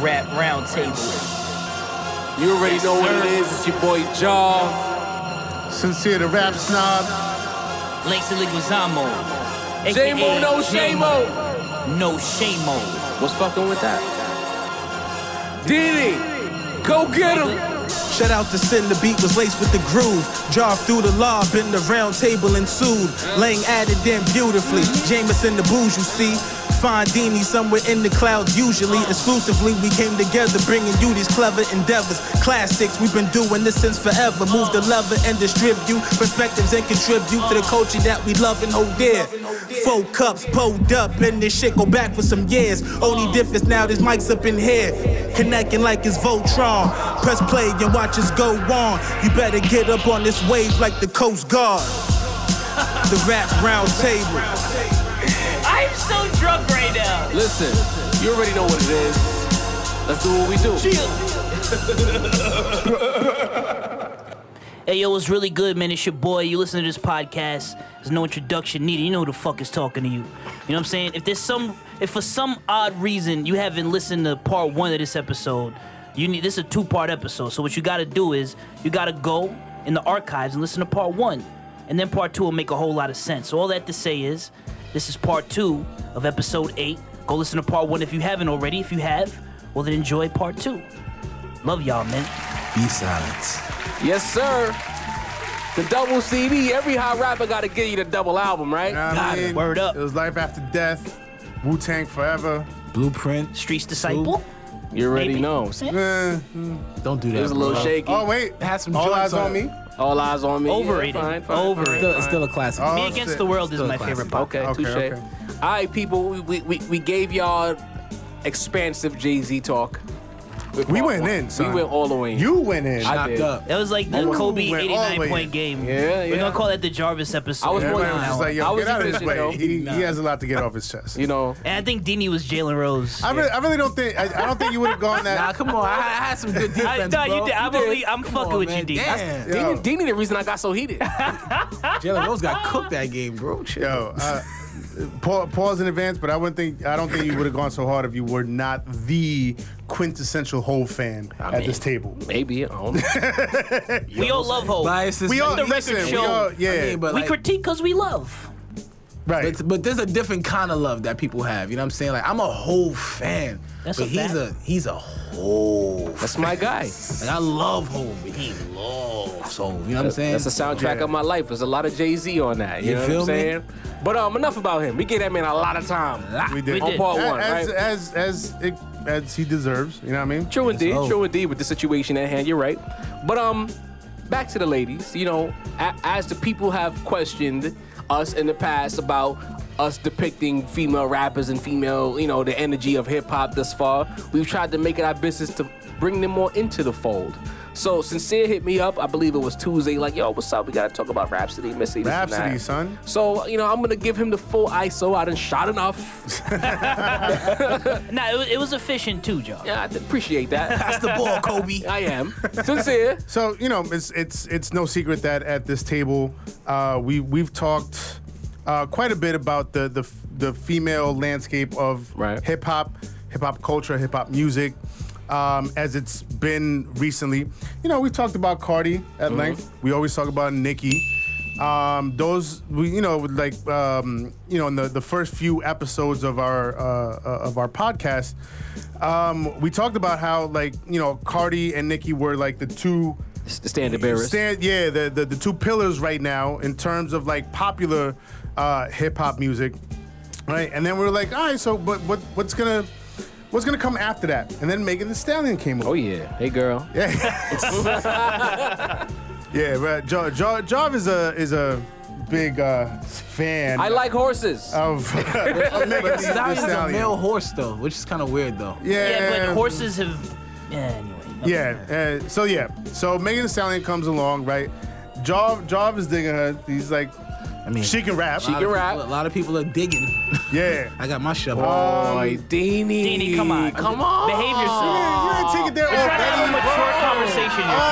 Rap Roundtable. You already Yes, know what sir. it is. It's your boy Jaw. Sincere the rap snob. Lacey Leguizamo. aka J-Mo, J-Mo. no shame No shame-o. What's fucking with that? Diddy, go get him. Shout out to Sin, the beat was laced with the groove. Drive through the law, been the round table ensued. Lang added them beautifully. Jameson the booze, you see. Fondini somewhere in the clouds, usually. Exclusively, we came together bringing you these clever endeavors. Classics, we've been doing this since forever. Move the lever and distribute perspectives and contribute to the culture that we love and hold dear. Four cups pulled up, and this shit go back for some years. Only difference now, this mic's up in here. Connecting like it's Voltron. Press play and watch us go on. You better get up on this wave like the Coast Guard. The rap round table. I'm so drunk right now. Listen, you already know what it is. Let's do what we do. Hey yo, it's really good, man. It's your boy. You listen to this podcast. There's no introduction needed. You know who the fuck is talking to you. You know what I'm saying? If there's some, if for some odd reason you haven't listened to part one of this episode, you need. This is a two-part episode. So what you got to do is you got to go in the archives and listen to part one, and then part two will make a whole lot of sense. So all that to say is, this is part two of episode eight. Go listen to part one if you haven't already. If you have, well then enjoy part two. Love y'all, man. Yes, sir. The double CD. Every hot rapper got to give you the double album, right? You know what I God, mean? word up. It was life after death. Wu Tang forever. Blueprint. Streets disciple. You already Maybe. know. Eh. Don't do that. It was a little bro. shaky. Oh wait. Had some All eyes joints on on it. me. All eyes on me. Yeah, Overrated. fine, fine. Overrated. Still, it's still a classic. Oh, Me Against the World is Still a my classic. favorite podcast. Okay, Okay, touche. okay. All right, people, we, we, we, we gave y'all expansive Jay Z talk. With We part went one. in, son. We went all the way in. You went in. I Chopped did. up. That was like the Ooh, Kobe went all 89 the way. point game. Yeah, We're yeah. gonna call that the Jarvis episode. I was from born now Everybody was just on. like, I yo, was get out of his efficient, way. though. He, he has a lot to get off his chest. You know, and I think Dini was Jalen Rose. I really, I really don't think I, I don't think you would have gone Nah, that. come on. I, I had some good I- defense, nah, you bro. did. I believe- I'm Come fucking on, with you, man. D. Damn. Yo. Dini, Dini the reason I got so heated. Jalen Rose got cooked that game, bro. Chill. Yo, uh, pa- pause in advance, but I wouldn't think I don't think you would have gone so hard if you were not the quintessential Hove fan at mean, this table. Maybe, I don't know. we all love Hope. Biases. We all man. the listen. record We show. all, yeah, I mean, but we like, critique because we love. right. But, but there's a different kind of love that people have. You know what I'm saying? Like I'm a whole fan. That's but a he's fact. a he's a whole. Fan. That's my guy. Like I love home, but he loves home. You know what I'm saying? That's the soundtrack Yeah. of my life. There's a lot of Jay Z on that. You, You know feel what I'm me? saying? But um, enough about him. We gave that man a lot of time. Ah, we did. we did. Part A- one, as, right? as as it, as he deserves. You know what I mean? True indeed, so. true indeed. With the situation at hand, you're right. But um, back to the ladies. You know, a- as the people have questioned us in the past about us depicting female rappers and female, you know, the energy of hip hop thus far, we've tried to make it our business to bring them more into the fold. So sincere hit me up. I believe it was Tuesday. Like, yo, what's up? We gotta talk about Rhapsody, Missy. this and that." Rhapsody, son. So you know, I'm gonna give him the full ISO. I done shot enough. Nah, it was, it was efficient too, Joe. yeah, I appreciate that. That's the ball, Kobe. I am sincere. So you know, it's it's it's no secret that at this table, uh, we we've talked uh, quite a bit about the the f- the female landscape of Right. hip hop, hip hop culture, hip hop music, um, as it's been recently. You know, we talked about Cardi at length. We always talk about Nicki. Um, those we you know like um, you know in the, the first few episodes of our uh, uh, of our podcast, um, we talked about how like you know Cardi and Nicki were like the two Standard bearers. stand yeah the, the the two pillars right now in terms of like popular uh, hip hop music, right? And then we were like, all right, so but what what's gonna what's gonna come after that? And then Megan the Stallion came Oh along. yeah, hey girl. yeah, right. Jar Jar Jarv is a is a big uh, fan. I like horses. of of Megan But Thee Zion's a Stallion. male horse though, which is kind of weird though. Yeah, Yeah, but horses have. Yeah, anyway. Okay. Yeah. Uh, so yeah. So Megan Thee Stallion comes along, right? Job Job is digging her. He's like, I mean, she can rap. a lot can of rap. people- A lot of people are digging. yeah. I got my shovel. Oh, Boy, Oh, Dini. Dini, come on. Come on. Behave yourself. you ain't take it there We're trying to have a already. mature conversation here.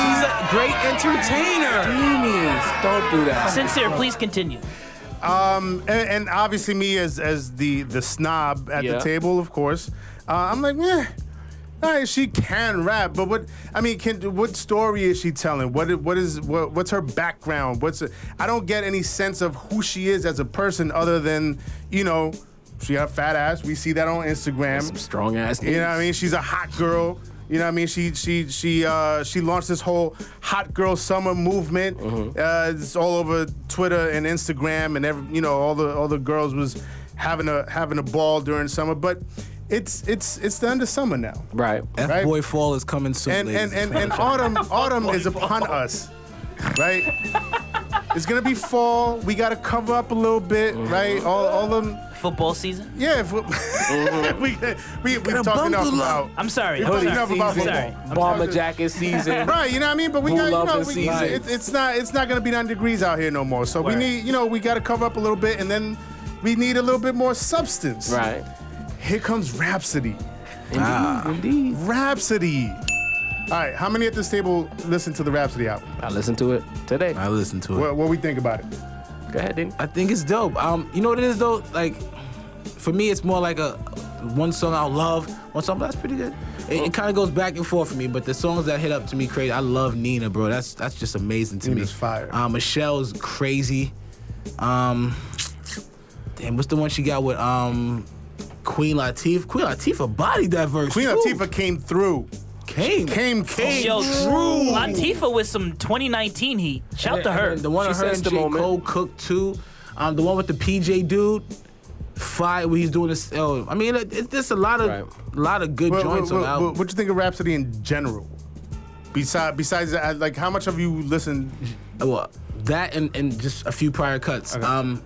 He's Already. a great entertainer. Dini, don't do that. Sincere, please continue. Um, And, and obviously me as as the the snob at Yeah. the table, of course. Uh, I'm like, meh. All right, she can rap, but what I mean, can what story is she telling? What i- what is what, what's her background? What's I don't get any sense of who she is as a person other than you know she got a fat ass. We see that on Instagram. Some strong ass. You know what I mean? She's a hot girl. You know what I mean? She she she uh, she launched this whole hot girl summer movement. Uh, it's all over Twitter and Instagram, and every, you know all the all the girls was having a having a ball during summer. But it's it's it's the end of summer now, Right. F Right. boy fall is coming soon. and and ladies and, and autumn autumn is upon us, right? It's gonna be fall. We gotta cover up a little bit, right? All all them, Football season? yeah. If we, we we we Gotta talked enough bundle up. about. I'm sorry. Hoodie I'm enough sorry. about I'm football. sorry. I'm Bomber sorry. jacket season. Right, you know what I mean? But we Who got, you love know, the we, season. it, it's not it's not gonna be 90 degrees out here no more. So we Word. need, you know, we gotta cover up a little bit and then we need a little bit more substance. Right. Here comes Rhapsody. Indeed. Rhapsody. All right, how many at this table listen to the Rhapsody album? I listened to it today. I listen to it. What, what we think about it? Go ahead, Danny. I think it's dope. Um, you know what it is though? Like, for me, it's more like a one song I love, one song that's pretty good. It, it kind of goes back and forth for me, but the songs that hit up to me crazy. I love Nina, bro. That's that's just amazing to Nina's me. fire. Uh, Michelle's crazy. Um, damn, what's the one she got with um Queen Latifah? Queen Latifah body diverse. Queen too. Latifah came through. came Came came. Yo, through. Latifah with some 2019 heat. Shout And to then- her. and then The one She of her says and the J. moment. Cole Cook too. Um, the one with the PJ dude. Fight where he's doing this. Oh, I mean, it, it's just a lot of Right. lot of good What, what, joints what, on the album. what- what you think of Rhapsody in general? Besides, besides, that, like, how much have you listened? well, that and, and just a few prior cuts. Um,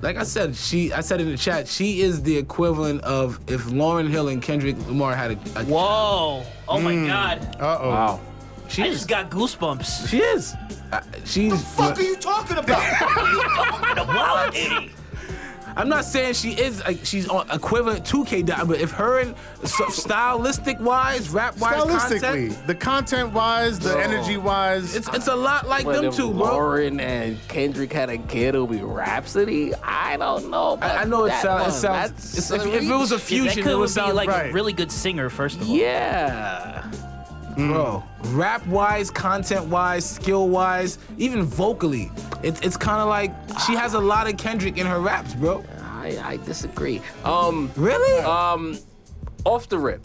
like I said, she I said in the chat, she is the equivalent of if Lauren Hill and Kendrick Lamar had a, a Whoa. Oh my God. Uh oh. Wow. she I is just got goosebumps. she is Uh, she's. fuck are you talking about? wow, Diddy. I'm not saying she is like she's on equivalent to K Dot, but if her and so, stylistic wise, rap wise, Stylistically, content, the content wise, the energy wise, It's it's a lot like But them if two, bro. Lauren and Kendrick had a kid, it'll be Rhapsody. I don't know. But I, I know it, that sound, it one, sounds. that's it's- a if, if it was reach. a Yeah, that fusion, could it would be sound like like right. a really good singer, first of all. yeah. bro. Rap wise, content wise, skill wise, even vocally, it, it's kind of like she has a lot of Kendrick in her raps, bro. I, I disagree. Um, Really? off the rip.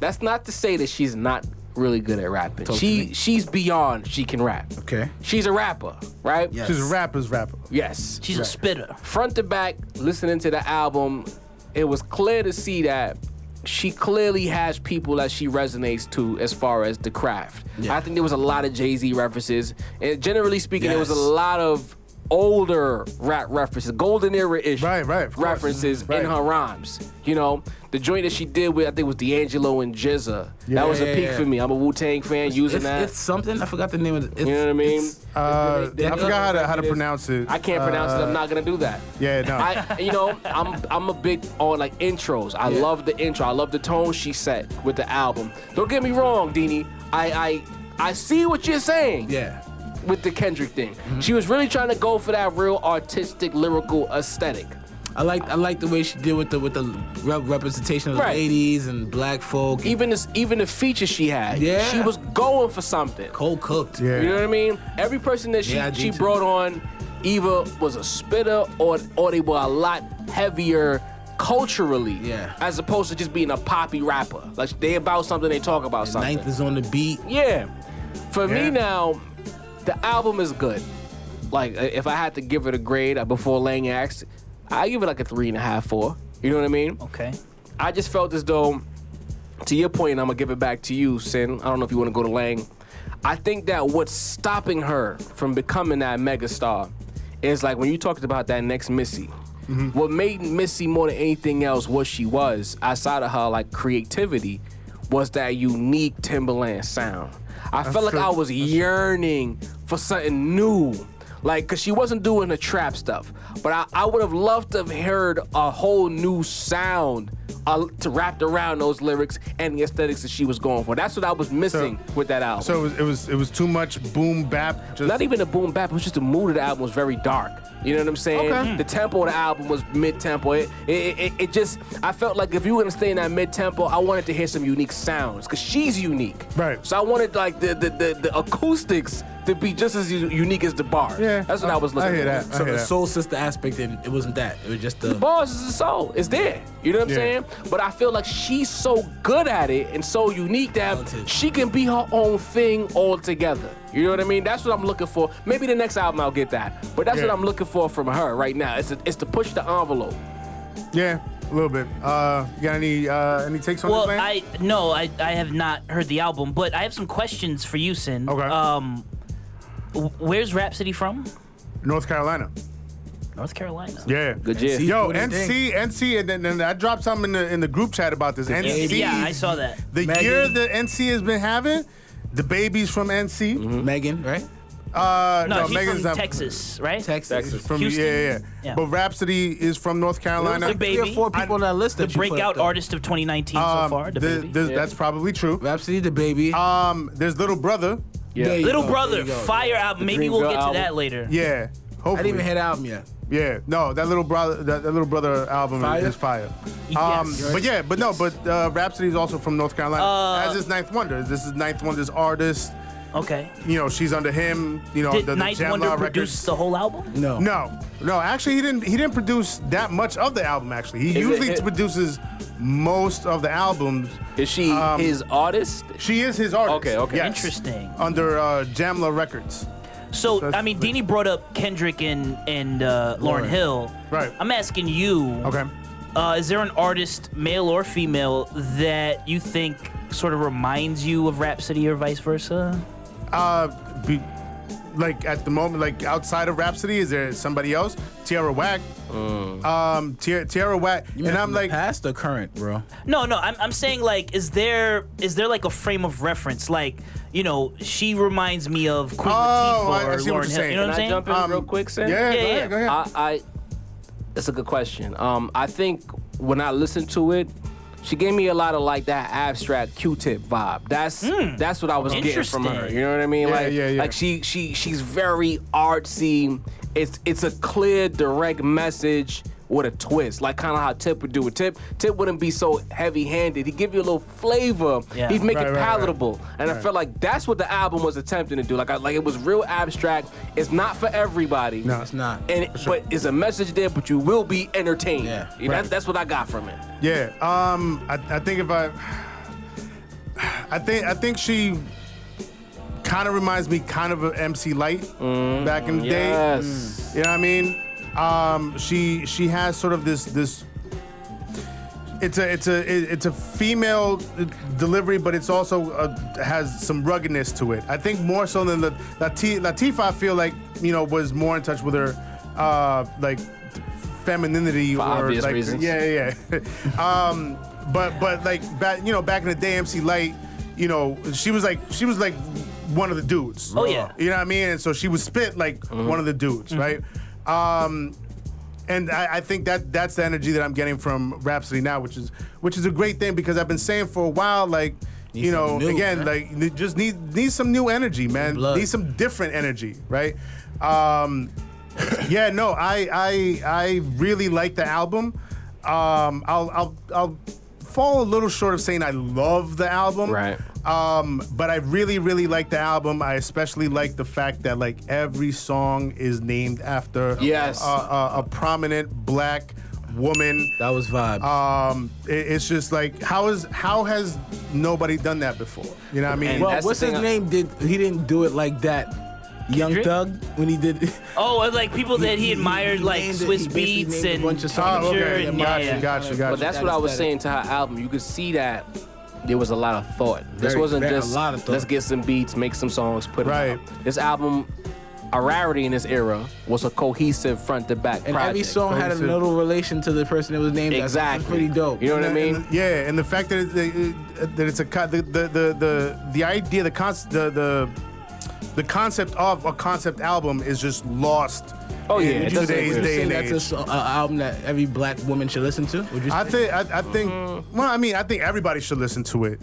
That's not to say that she's not really good at rapping. She she's beyond she can rap. Okay. She's a rapper, right? Yes. she's a rapper's rapper. Yes. She's a spitter. front to back, listening to the album, it was clear to see that she clearly has people that she resonates to as far as the craft. I think there was a lot of Jay Z references, and generally speaking, there was a Yes. lot of older rap references, golden era ish Right, right, of course. references Mhm, right. in her rhymes. You know, the joint that she did with I think it was D'Angelo and Jizza. that was Yeah, a peak yeah. for me. I'm a Wu Tang fan using It's, that. it's something I forgot the name of it. It's, you know what I mean? it's- Uh, They- they- I forgot how to, how to pronounce it. Uh, I can't pronounce it. I'm uh, not gonna do that. Yeah, no. I, you know, I'm I'm a big on like intros. I love the intro. I love the tone she set with the album. Don't get me wrong, Dini. I I I see what you're saying yeah. Mm-hmm. with the Kendrick thing. She was really trying to go for that real artistic lyrical aesthetic. I like I like the way she did with the with the rep- representation of the Right. ladies and black folk. and Even this even the features she had. Yeah. She was going for something. Cold cooked. Yeah. You know what I mean? Every person that she Yeah, I do she too. brought on either was a spitter or or they were a lot heavier culturally. Yeah. As opposed to just being a poppy rapper. Like they about something, they talk about something. Ninth is on the beat. yeah. For Yeah. me now, the album is good. Like i- if I had to give it a grade uh, before Lang asked, I give it like a three and a half, four. You know what I mean? Okay. I just felt as though, to your point, and I'm gonna give it back to you, Sin. I don't know if you want to go to Lang. I think that what's stopping her from becoming that megastar is like when you talked about that next Missy. What made Missy more than anything else what she was outside of her like creativity was that unique Timberland sound. I felt like true. I was yearning for something new. Like, cause she wasn't doing the trap stuff, but I, I would have loved to have heard a whole new sound uh, to wrapped around those lyrics and the aesthetics that she was going for. That's what I was missing with that album. So it was, it was it was too much boom bap. Just Not even a boom bap, it was just the mood of the album was very dark. You know what I'm saying? Okay. The tempo of the album was mid-tempo. It, it, it, it just, I felt like if you were gonna stay in that mid-tempo, I wanted to hear some unique sounds because she's unique. Right. So I wanted like the the, the, the acoustics to be just as u- unique as the bars. Yeah, That's what I, was looking I hear for. that. I So hear the that. soul sister aspect, and it wasn't that. It was just the. The bars is the soul. It's there. You know what I'm Yeah. saying? But I feel like she's so good at it and so unique that Talented. she can be her own thing altogether. You know what I mean? That's what I'm looking for. Maybe the next album I'll get that. But that's Yeah. what I'm looking for from her right now. It's, it's to push the envelope. Yeah, a little bit. Uh, you got any uh, any takes on Well, this man? I no, I, I have not heard the album, but I have some questions for you, Sin. Okay. Um, w- where's Rhapsody from? North Carolina. North Carolina. Yeah. Good year. see- Yo, Doing his NC, NC, and then and I dropped something in the in the group chat about this. NC, Yeah, I saw that. the Megan. year that NC has been having, the babies from NC. Mm-hmm. Mm-hmm. Megan, right? Uh, No, he's Megan's from not- Texas, right? Texas. From Houston. Yeah, yeah, Yeah. But Rhapsody is from North Carolina. The Baby. Three or four people on that list. The that you put up breakout there. artist of 2019 so Um, far, the, the- baby. the- That's probably true. Rhapsody, the baby. Um, there's little brother. Yeah. There you Little go, Brother, there you go. fire album. Maybe Dream we'll Girl get to album. that later. Yeah, hopefully. I didn't even hear the album yet. Yeah, no, that little brother, that, that little brother album is- Fire? is fire. Um, Yes. But yeah, but no, but uh, Rhapsody is also from North Carolina. Uh, as is Ninth Wonder. This is Ninth Wonder's artist. Okay. You know, she's under him. You know, Did Oh, the, the Ninth Jam Wonder Law produce records. the whole album? No. no, no. Actually, he didn't. He didn't produce that much of the album. Actually, he it- usually it- produces most of the albums. Is she Um, his artist? She is his artist. Okay, okay. Yes. Interesting. Under uh, Jamla Records. So That's- I mean, Dini brought up Kendrick and and uh, Lauren Lauren. Hill. Right. I'm asking you. Okay. Uh, is there an artist, male or female, that you think sort of reminds you of Rhapsody or vice versa? Uh, be, like at the moment, like outside of Rhapsody, is there somebody else? Tierra Whack. Mm. Um, Tiara, Tierra Whack. You mean and from I'm the like, past or current, bro. No, no. I'm, I'm saying like, is there is there like a frame of reference? Like, you know, she reminds me of Queen Oh, Latifah I- or I see what you're Lauren Hill. saying. You know what Can I I'm saying? jump in Um, real quick, yeah, Sin? go yeah, yeah. ahead, go ahead. I, I that's a good question. Um, I think when I listened to it, she gave me a lot of like that abstract Q-tip vibe. That's that's what I was getting from her. Interesting. You know what I mean? Hmm. Yeah, like yeah, yeah. like she she she's very artsy. It's it's a clear, direct message with a twist, like kind of how Tip would do. With Tip, Tip wouldn't be so heavy-handed. He'd give you a little flavor. Yeah. He'd make Right, it right, right. palatable, and I felt like that's what the album was attempting to do. Like I, like it was real abstract. It's not for everybody No. It's not. and it, but it's a message there, but you will be entertained. Yeah. That- Right. that's what I got from it. yeah. Um, I, I think if I, I think I think she kind of reminds me kind of of MC Light Mm, back in the day. Mm. Yes. You know what I mean? Um, she she has sort of this this. It's a it's a it- it's a female uh, delivery, but it's also uh has some ruggedness to it. I think more so than the Lati- Latifah. I feel like you know was more in touch with her uh, like femininity or obvious like reasons. yeah yeah. yeah. um, but but like back you know back in the day, MC Light, you know she was like she was like one of the dudes. Oh, yeah. You know what I mean? And so she was spit like Mm-hmm. one of the dudes, right? Um, and I, I think that that's the energy that I'm getting from Rhapsody now, which is which is a great thing because I've been saying for a while, like Need you know, something new, again, man. like n- just need need some new energy, man. blood. Need some different energy, right? Um, yeah, no, I I I really like the album. Um, I'll I'll I'll fall a little short of saying I love the album, Right. um, but I really, really like the album. I especially like the fact that like every song is named after Yes. a, a, a prominent black woman. That was vibe. Um, it- it's just like how is how has nobody done that before? You know what I mean? And well, that's the what's his thing I- name? Did he didn't do it like that? Young Kendrick? Thug when he did. Oh, and, like people that he admired, he like named it- Swiss he basically Beats named a and bunch of songs. oh, Future okay. and- Got yeah. you, got you, got you. But that's that what I was aesthetic. saying to her album. You could see that there was a lot of thought. this Very- wasn't very- a just lot of thought. let's get some beats, make some songs, put Right. it out. This album, a rarity in this era, was a cohesive front to back And project. every song had a Producer. little relation to the person that was named. after. That's exactly pretty dope. You know what I And the- mean? and the- yeah, and the fact that it, that- that it's a co- the the the the, the idea the cons the the the concept of a concept album is just lost. Oh, in yeah, it doesn't today's exist. day and age. that's a so- a album that every black woman should listen to. Would you? I say? think I, I think Mm-hmm. well, I mean, I think everybody should listen to it.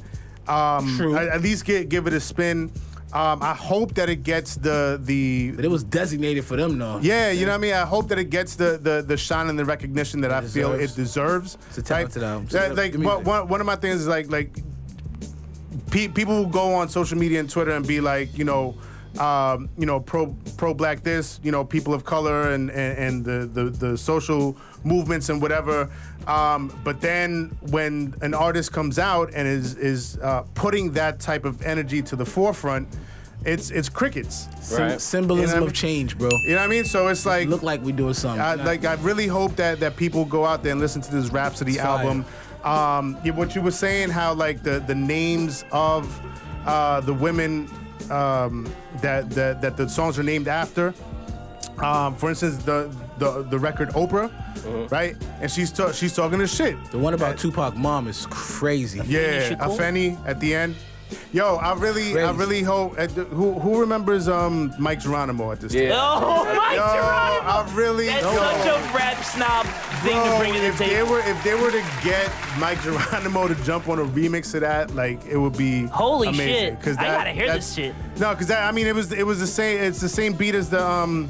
Um, True. I- at least get give it a spin. Um, I hope that it gets the the But it was designated for them, though. yeah, you know what I mean. I hope that it gets the the, the shine and the recognition that I feel it deserves. deserves. It's a talented Like, album. yeah, like Give me one, that. one, one of my things is like like pe- people will go on social media and Twitter and be like, you know, um, you know, pro pro black this, you know, people of color and and, and the, the the social movements and whatever. Um, but then when an artist comes out and is is uh, putting that type of energy to the forefront, it's it's crickets. Sym- Right. Symbolism You know what I mean? of change, bro. You know what I mean? So it's like Look like we doing something. I, like I really hope that that people go out there and listen to this Rhapsody fire. album. Um, yeah, what you were saying, how like the the names of uh, the women um, that, that that the songs are named after. Um, for instance, the the the record Oprah, right? And she's ta- she's talking this shit. the one about Tupac mom is crazy. Yeah, Shakur? a Fanny at the end. Yo, I really, I Crazy. really hope. uh, Who who remembers um Mike Geronimo at this? Yeah. Oh my Yo, god. I really. That's yo. such a rap snob thing to Bro, bring to the Oh, if they table. were if they were to get Mike Geronimo to jump on a remix of that, like it would be Holy amazing. shit. 'Cause I that- gotta hear that's- this shit. No, because that I mean it was it was the same it's the same beat as the um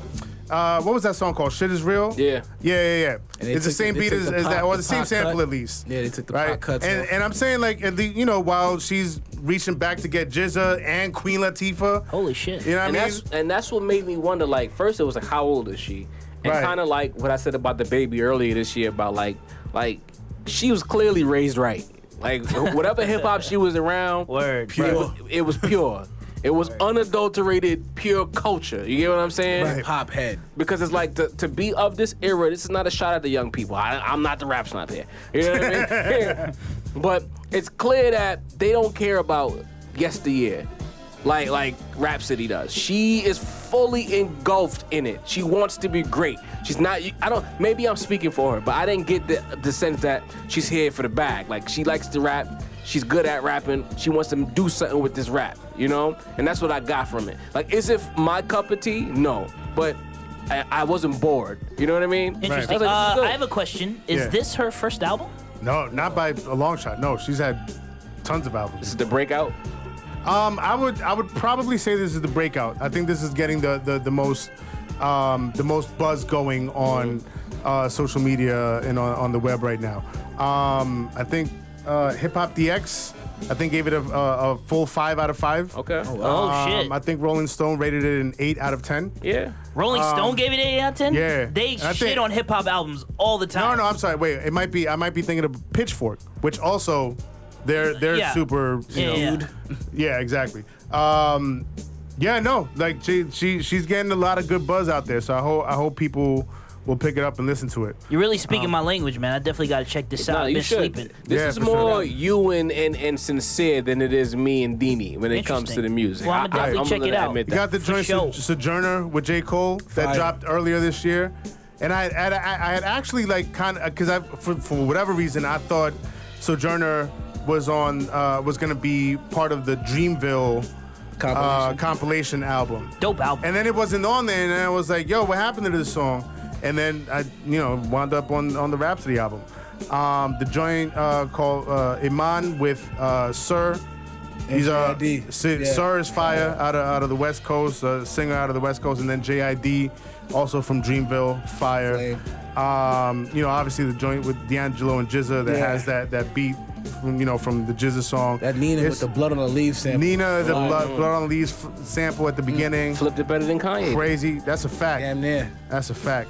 uh what was that song called? Shit is real. Yeah. Yeah, yeah, yeah. And they It's the took- same they beat took as, the as that, pop- or the the same pop sample cut. at least. Yeah, they took the pop right? cuts And off. and I'm saying like at the, you know while she's reaching back to get Jizza and Queen Latifah. Holy shit. You know what and I mean? that's and that's what made me wonder. Like, first it was like, how old is she? And Right. kind of like what I said about the baby earlier this year about like, like she was clearly raised right. Like whatever hip hop she was around, Word. it was, it was pure. It was unadulterated, pure culture. You get what I'm saying? Right. Pop head. Because it's like to, to be of this era. This is not a shot at the young people. I, I'm not the rap snob here. You know what I mean? but it's clear that they don't care about yesteryear, like like Rhapsody does. She is fully engulfed in it. She wants to be great. She's not. I don't. Maybe I'm speaking for her, but I didn't get the the sense that she's here for the bag. Like she likes to rap. She's good at rapping. She wants to do something with this rap, you know? And that's what I got from it. Like, is it my cup of tea? No. But I, I wasn't bored. You know what I mean? Interesting. I was like, this is uh, good. I have a question. Is Yeah. this her first album? No, not by a long shot. No, she's had tons of albums. This is the breakout. Um, I would I would probably say this is the breakout. I think this is getting the the, the most um, the most buzz going on uh, social media and on, on the web right now. Um, I think uh, Hip Hop DX I think gave it a, a, a full five out of five. Okay. Oh shit. Um, I think Rolling Stone rated it an eight out of ten. Yeah. Rolling Stone gave it 8 out of 10? Um, yeah. They And I shit think- on hip hop albums all the No, time. no, I'm sorry. Wait, it might be I might be thinking of Pitchfork, which also they're they're Yeah. super you Yeah, know, yeah. Dude. yeah, exactly. Um, yeah, no, like she she she's getting a lot of good buzz out there. So I hope I hope people will pick it up and listen to it. You're really speaking my language, man. I definitely gotta check this out. Nah, I've you been should. sleeping. This Yeah, is for sure. more you and, and and sincere than it is me and Dini when it comes to Interesting. the music. Well, I'ma I- I- definitely check gonna it out. admit You that. got the For joint sure. Soj- Sojourner with J Cole that Fire. dropped earlier this year, and I I, I, I had actually like kind of because I for, for whatever reason I thought Sojourner was on uh, was gonna be part of the Dreamville uh, Compilation. compilation album. Dope album. And then it wasn't on there, and I was like, "Yo, what happened to this song?" And then I, you know, wound up on on the Rhapsody album, um, the joint uh, called uh, Iman with uh, Sir. These are J.I.D.. Si- Yeah. Sir is fire out of out of the West Coast, uh, singer out of the West Coast, and then JID, also from Dreamville, fire. Flame. Um, you know, obviously the joint with D'Angelo and Jizza that Yeah. has that that beat, from, you know, from the Jizza song. that Nina It's- with the blood on the leaf sample. Mm. Nina, the Fly. blood, blood on leaves f- sample at the beginning. Flipped it better than Kanye. Crazy. That's a fact. Damn near. That's a fact.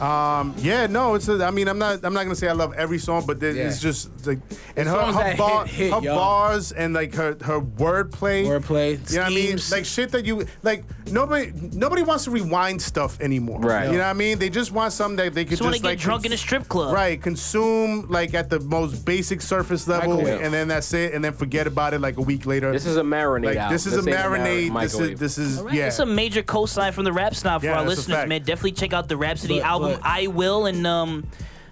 Um, yeah, no, it's. A, I mean, I'm not. I'm not gonna say I love every song, but there, Yeah. it's just like, and her songs her, that bar, hit- hit, her yo. bars and like her her wordplay. Wordplay, You know what I mean? schemes. Like shit that you like. Nobody nobody wants to rewind stuff anymore. Right. You know what I mean? They just want something that they could Just just, wanna get like drunk in a strip club. Right. Consume like at the most basic surface level, Microwave. and then that's it, and then forget about it like a week later. This is a marinade Like, album. this is This a ain't a mar- marinade. This microwave. is this is All right, yeah. That's a major cosign from the rap snob for Yeah, our that's a listeners, fact. man. Definitely check out the Rhapsody But- album. but- I will, and um,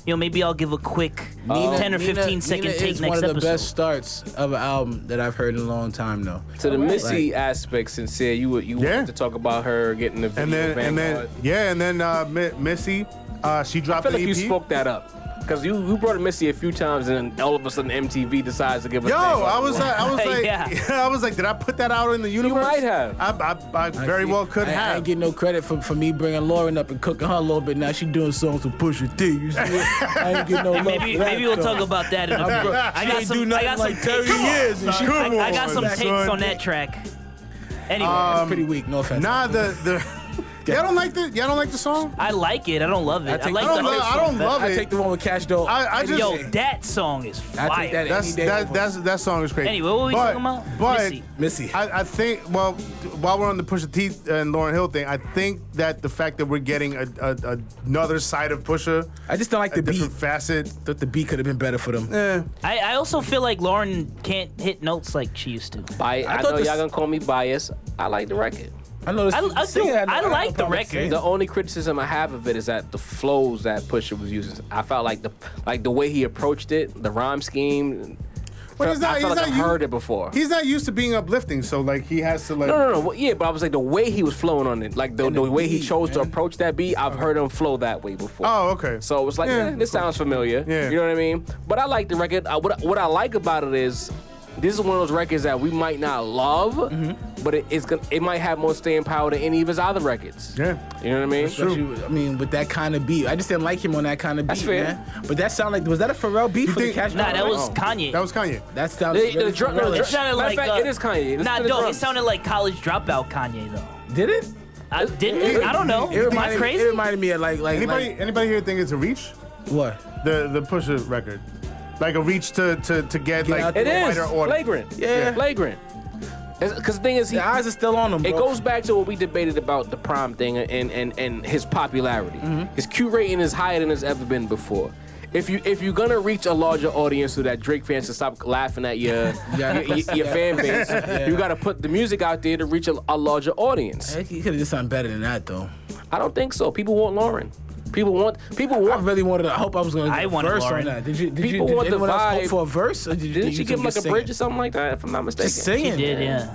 you know, maybe I'll give a quick Nina- 10 or Nina- 15 second Nina take is next one of the episode. best starts of an album that I've heard in a long time, though. To the Missy Like- aspect, sincere, you would you Yeah. wanted to talk about her getting the video and then and then Vanguard. yeah, and then uh, Mi- Missy, uh, she I dropped feel the E like EP. you spoke that up. Because you, you brought up Missy a few times, and then all of a sudden MTV decides to give us. Yo, a name. I was like, I was like, Yeah. I was like, did I put that out in the universe? might have. I, I, I very well could I, have. I ain't getting no credit for, for me bringing Lauren up and cooking her a little bit. Now she doing songs with Pusha T. You see it? I ain't getting no love. Maybe for that, maybe we'll though. talk about that in a I'm bit. good. I She got ain't some. do nothing I got like some 30 takes. years and she- I, I got Come some on, Uh, takes son. on that track. Anyway, That's pretty weak. No offense. Um, Nah, the the. Y'all don't like the y'all don't like the song. I like it. I don't love it. I, take- like I don't the love. I don't love I it. take the one with Cash Doll. I, I just Yo, that song is I fire. take that that's any day. that over. that's that song is crazy. Anyway, what were we But- talking about? But Missy. Missy. I, I think well, while we're on the Pusha T and Lauren Hill thing, I think that the fact that we're getting a, a, another side of Pusha, I just don't like a the beat. different facet. eh, Thought the beat could have been better for them. I, I also feel like Lauren can't hit notes like she used to. Bi- I, I thought know this- y'all gonna call me biased. I like the record. I know this. I- I singing, do- know- I don't like have a the problem record. saying it. The only criticism I have of it is that the flows that Pusha was using. I felt like the like the way he approached it, the rhyme scheme. But he's not- I felt he's like I not u- heard it before. He's not used to being uplifting, so like he has to like. No, no, no. Well, Yeah, but I was like the way he was flowing on it, like the, the, the way he beat, chose to man. approach that beat. I've heard him flow that way before. Oh, okay. So it was like, Yeah. eh, this sounds familiar. Yeah. You know what I mean? But I like the record. I, what, I- what I like about it is. This is one of those records that we might not love, Mm-hmm. but it, it's gonna, it might have more staying power than any of his other records. Yeah. you know what I mean. But you- I mean, with that kind of beat, I just didn't like him on that kind of beat, That's fair. man. But that sound like was that a Pharrell beat for think- the Cash Nah, Doll that record? was Kanye. Oh, That was Kanye. That sounds The- really the drum- no, the it Pharrell-ish. sounded Matter of like fact, uh, it is Kanye. It's nah, to the dog, it drums. sounded like college dropout Kanye though. Did it? I didn't. it? I don't know. It Am I reminded, crazy? It reminded me of like like Anybody like- anybody here think it's a reach? what? The the Pusha record, like a reach to to to get, like out a It is wider audience. flagrant. Yeah. flagrant. Because the thing is, he, The eyes are still on him. it bro. goes back to what we debated about the prime thing and and and his popularity. Mm-hmm. His Q rating is higher than it's ever been before. If you if you're gonna reach a larger audience so that Drake fans can stop laughing at your Yeah. your, your- your fan base, Yeah. you gotta put the music out there to reach a, a larger audience. He could have done something better than that though. I don't think so. People want Lauren. People want people I want. really wanted. I hope I was gonna. I Get a wanted verse Lauren. on that. Did you? Did People you? Did want the anyone else vibe. hope for a verse? Or did you, Didn't you she give him like a bridge or something like that? If I'm not mistaken. Just singing. He did, yeah.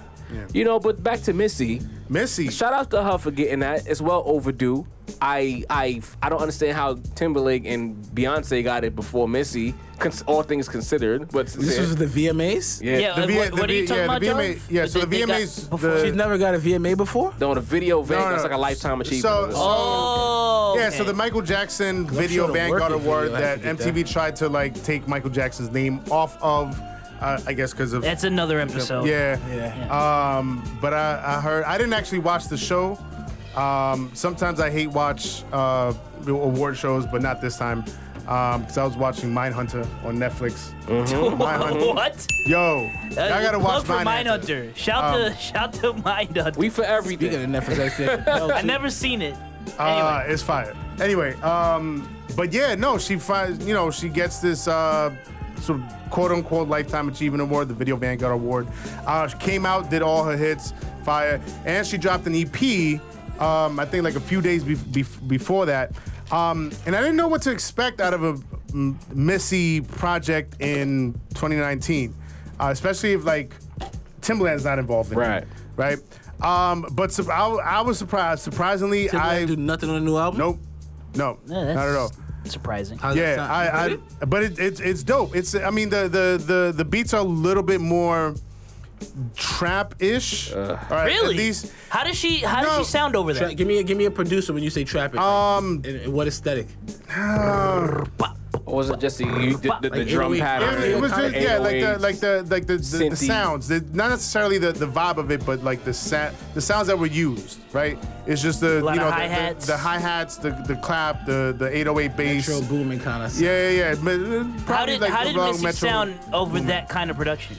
You know, but back to Missy. Missy. Shout out to her for getting that. It's well overdue. I I I don't understand how Timberlake and Beyonce got it before Missy. Cons- all things considered, but This was the VMAs. yeah. Yeah, The what, V- what the are you V- talking yeah, about, the VMA John? yeah, so They- the they got VMAs before- the- She's never got a VMA before. No, the video van no, that's like a no. lifetime achievement. So- It's- Oh, Yeah, okay. so the Michael Jackson Video sure the Vanguard working Award video had that to get MTV tried to like take Michael Jackson's name off of, uh, I guess because of that's another episode. yeah. Yeah. Um, but I, I heard I didn't actually watch the show. Um, sometimes I hate watch uh, the award shows, but not this time because I was watching Mindhunter on Netflix. Mindhunter. what? Yo, Uh, I gotta watch Mm. plug for Mindhunter. Um, Mindhunter. Shout to shout to Mindhunter. we for You got everything. a Netflix accent. I never seen it. Ah, Anyway, Uh, it's fire. Anyway, um, but yeah, no, she finds, you know, she gets this uh, sort of quote unquote lifetime achievement award, the Video Vanguard Award. Uh, she came out, did all her hits, fire, and she dropped an EP. Um, I think like a few days bef bef- before that, um, and I didn't know what to expect out of a mm, Missy project in 2019, uh, especially if like Timbaland's not involved in Right. it, right? Um, but sur- I, I was surprised. Surprisingly, I I do nothing on the new album. Nope. No. yeah, that's not at all. Surprising. How's that Yeah, sound? I, Really? I but it, it's it's dope. It's I mean the the the the beats are a little bit more trap ish. Really? how does she? How does No. she sound over Tra- there? give me a give me a producer when you say trap it. Um, and, and what aesthetic? Or was it just the, you, the, the, the Like, drum it- pattern? It was just yeah, like the 808s. like the like the, the, the Synthy. sounds, the, not necessarily the, the vibe of it, but like the sa- the sounds that were used, right? It's just the lot you know of the- hi-hats. the, the hi hats, the the clap, the the 808 bass. Metro booming kind of. Yeah, yeah, yeah. but, uh, How probably did like how the did wrong Missy metro. sound over that kind of production?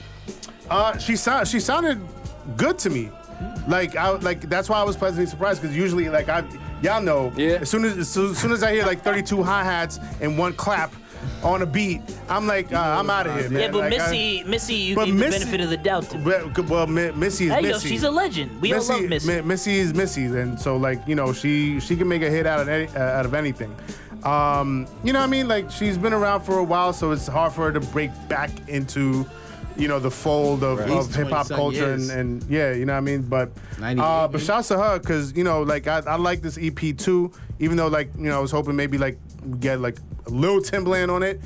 Uh, she sound, she sounded good to me. Like I like that's why I was pleasantly surprised because usually like I y'all know Yeah. as soon as as soon, as soon as I hear like 32 hi hats and one clap on a beat I'm like uh, I'm out of here man. Yeah, but Like, I- Missy, Missy, you But gave the Missy- benefit of the doubt to. well, good- well, Mi- Missy is Hey, yo, Missy. she's a legend. We Missy, all love Missy. Mi- Missy is Missy, and so like you know she she can make a hit out of any, uh, out of anything. Um, you know what I mean? Like she's been around for a while, so it's hard for her to break back into you know the fold of, Right. of Least hip hop 20-something culture and, years. and yeah, you know what I mean. But 98, uh, but maybe? shouts to her E because you know like I, I like this EP too, even though like you know I was hoping maybe like we get like Lil Timbaland on it.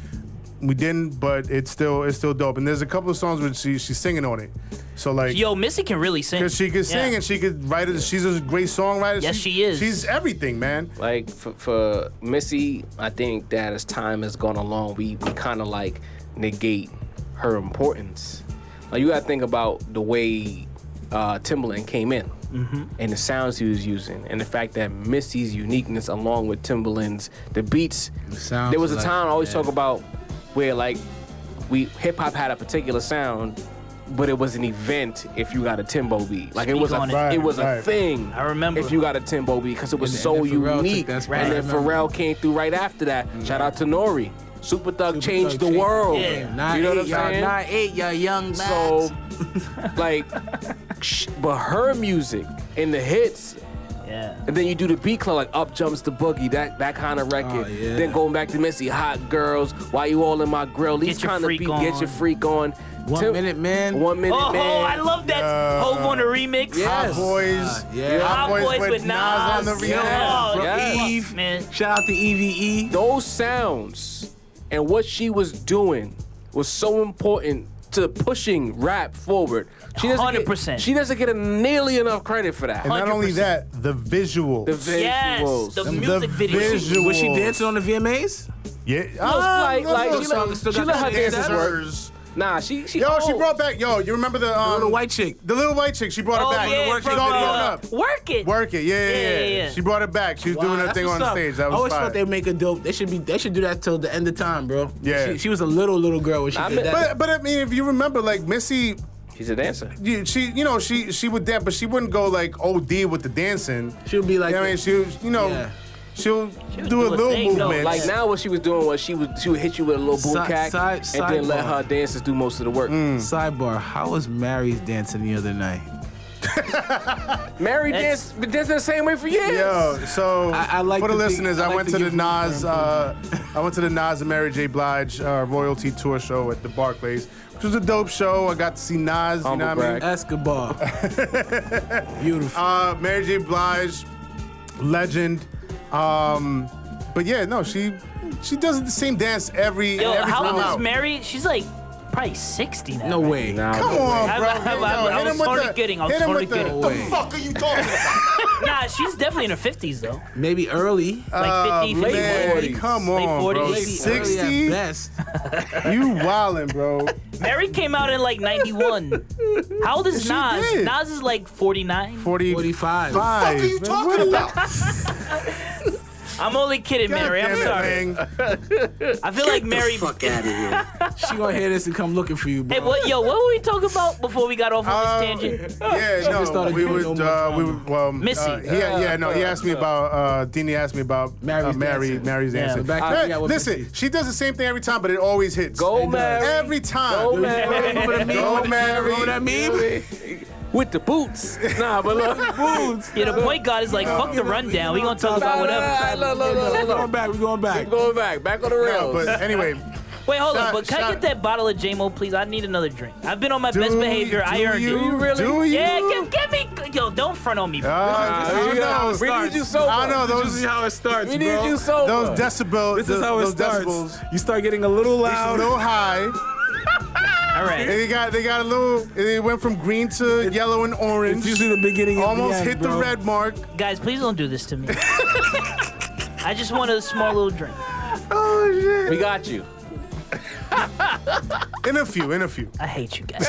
We didn't, but it's still it's still dope. And there's a couple of songs where she she's singing on it. So like Yo, Missy can really sing. Cause she could Yeah. sing and she could write it. She's a great songwriter. Yes, she is. She's everything, man. Like for, for Missy, I think that as time has gone along, we, we kind of like negate her importance. Now you gotta think about the way uh, Timbaland came in and the sounds he was using, and the fact that Missy's uniqueness, along with Timbaland's the beats. sounds there was a like- time I always yeah. talk about where like we hip hop had a particular sound. But it was an event if you got a Timbo beat. Like it Speak was a on it. it was a Right, right. thing. I remember. If you got a Timbo beat because it was And- and so then Pharrell took unique. that And spot. then I remember. Pharrell came through right after that. Shout out to Nori. Super Thug Super changed Thug the changed- world. Yeah. Not You know what I'm eight, y'all. saying? Not eight, y'all young. So, like, sh- but her music and the hits, yeah. and then you do the beat club, like up jumps the boogie, that that kind of record. Oh, yeah. Then going back to Missy, Hot Girls, Why You All in My Grill, these Get Your kind of Freak beat, Get Your On. Freak On. One Tim- Minute Man. One Minute Oh, Man. I love that Yeah. Hove on the remix. Yeah. Hot Yes. boys. Ah, yeah. Hot Boys with Nas. on the Yo, remix. oh, Yes. fuck, Eve. man. Shout out to E EVE. those sounds and what she was doing was so important to pushing rap forward. She doesn't Get, 100%. she doesn't get a nearly enough credit for that. And not only that, the visual. The visuals. Yes, the Them- music video. visual. Was she dancing on the VMAs? Yeah. Ah, Ah, like- like, little she song- like- she let her dances dances work. nah, she she. Yo, she old. brought back. Yo, you remember the um, Oh. Little white chick. the little white chick? She brought Oh, her back. yeah, She's from, all grown uh, up. Work it. Work it. Yeah, yeah, Yeah, yeah. yeah, yeah. She brought it back. She was Wow, doing her that's thing what's on up. stage. That I was always fire. thought they make a dope. They should be. They should do that till the end of time, bro. Yeah. She, she was a little little girl when she I did mean- but that. but I mean, if you remember, like Missy, She's a dancer. you- she you know she she would dance, but she wouldn't go like OD with the dancing. She would be like You know what I mean, that. she was, you know, Yeah. she'll would do a do a little thing, though, movement. Like now, what she was doing was she would she would hit you with a little boom Side- cack side- and then let sidebar. her dancers do most of the work. Mm. Sidebar: How was Mary's dancing the other night? Mary That's- danced, been dancing the same way for years. Yo, so I- I like for the to think- listeners, I I, like went to to the give room for Nas, uh, I went to the Nas and Mary J. Blige uh, royalty tour show at the Barclays, which was a dope show. I got to see Nas, you Humble know what I brag. mean? Escobar. Beautiful. Uh, Mary J. Blige, legend. Um, but yeah, no, she she does the same dance every Yo, every how time old out. is Mary? She's like probably 60 now. no right? way. Nah, Come no way. on, I- bro. I- I- I- I Yo, hit was him with totally the- kidding. I was hit him totally with the- kidding. The, Wait. fuck are you talking about? Nah, she's definitely in her 50s though. Maybe early. Uh, Like 50, 50, Ah, man, 40. come Late on, bro. 40s. Maybe early at 60? best. You wildin', bro. Mary came out in like 91. How old is She Nas? did. Nas is like 49. 40, 45. What What are you talking about? I'm only kidding, Mary. I'm sorry. I feel like Mary. Fuck out of here. She gonna hear this and come looking for you, bro. Hey, what, yo, what were we talking about before we got off on this tangent? Yeah, just no, started we giving would, no more uh, we drama. would, well, um, Missy. Uh, yeah, yeah, no, he asked me about, uh, Dini asked me about Mary's uh, Mary's Mary, dancing. Mary's Yeah. dancing. So back to- Mary- we got what listen, Missy- she does the same thing every time, but it always hits. Go does. Mary. Every time. Go Dude, Mary. Remember that meme? Go Remember that- Mary. Remember that meme? With the boots. Nah, but look. Boots. Yeah, the point guard is like, fuck the rundown. We gonna talk about whatever. Nah, nah, nah, nah, nah, nah, We're nah, nah. going back. We're going back. Going back, back on the No, rails. but anyway, Wait, hold Shot- on. But can shot- I get that bottle of JMO, please? I need another drink. I've been on my do best behavior. I you- earned do you it. really? Do you? Yeah, give, give me. Yo, don't front on me. bro. Ah, Nah, I we gotta- don't we know. need you sober. I know those how it starts, we need you sober. those decibel. This th- is how it those starts. Decibels, You start getting a little a loud. little high. All right. And they got they got a little. It went from green to yellow and orange. It's usually the beginning. and Almost the end, hit bro. the red mark. Guys, please don't do this to me. I just want a small little drink. Oh, we got you. In a few, in a few. I hate you guys.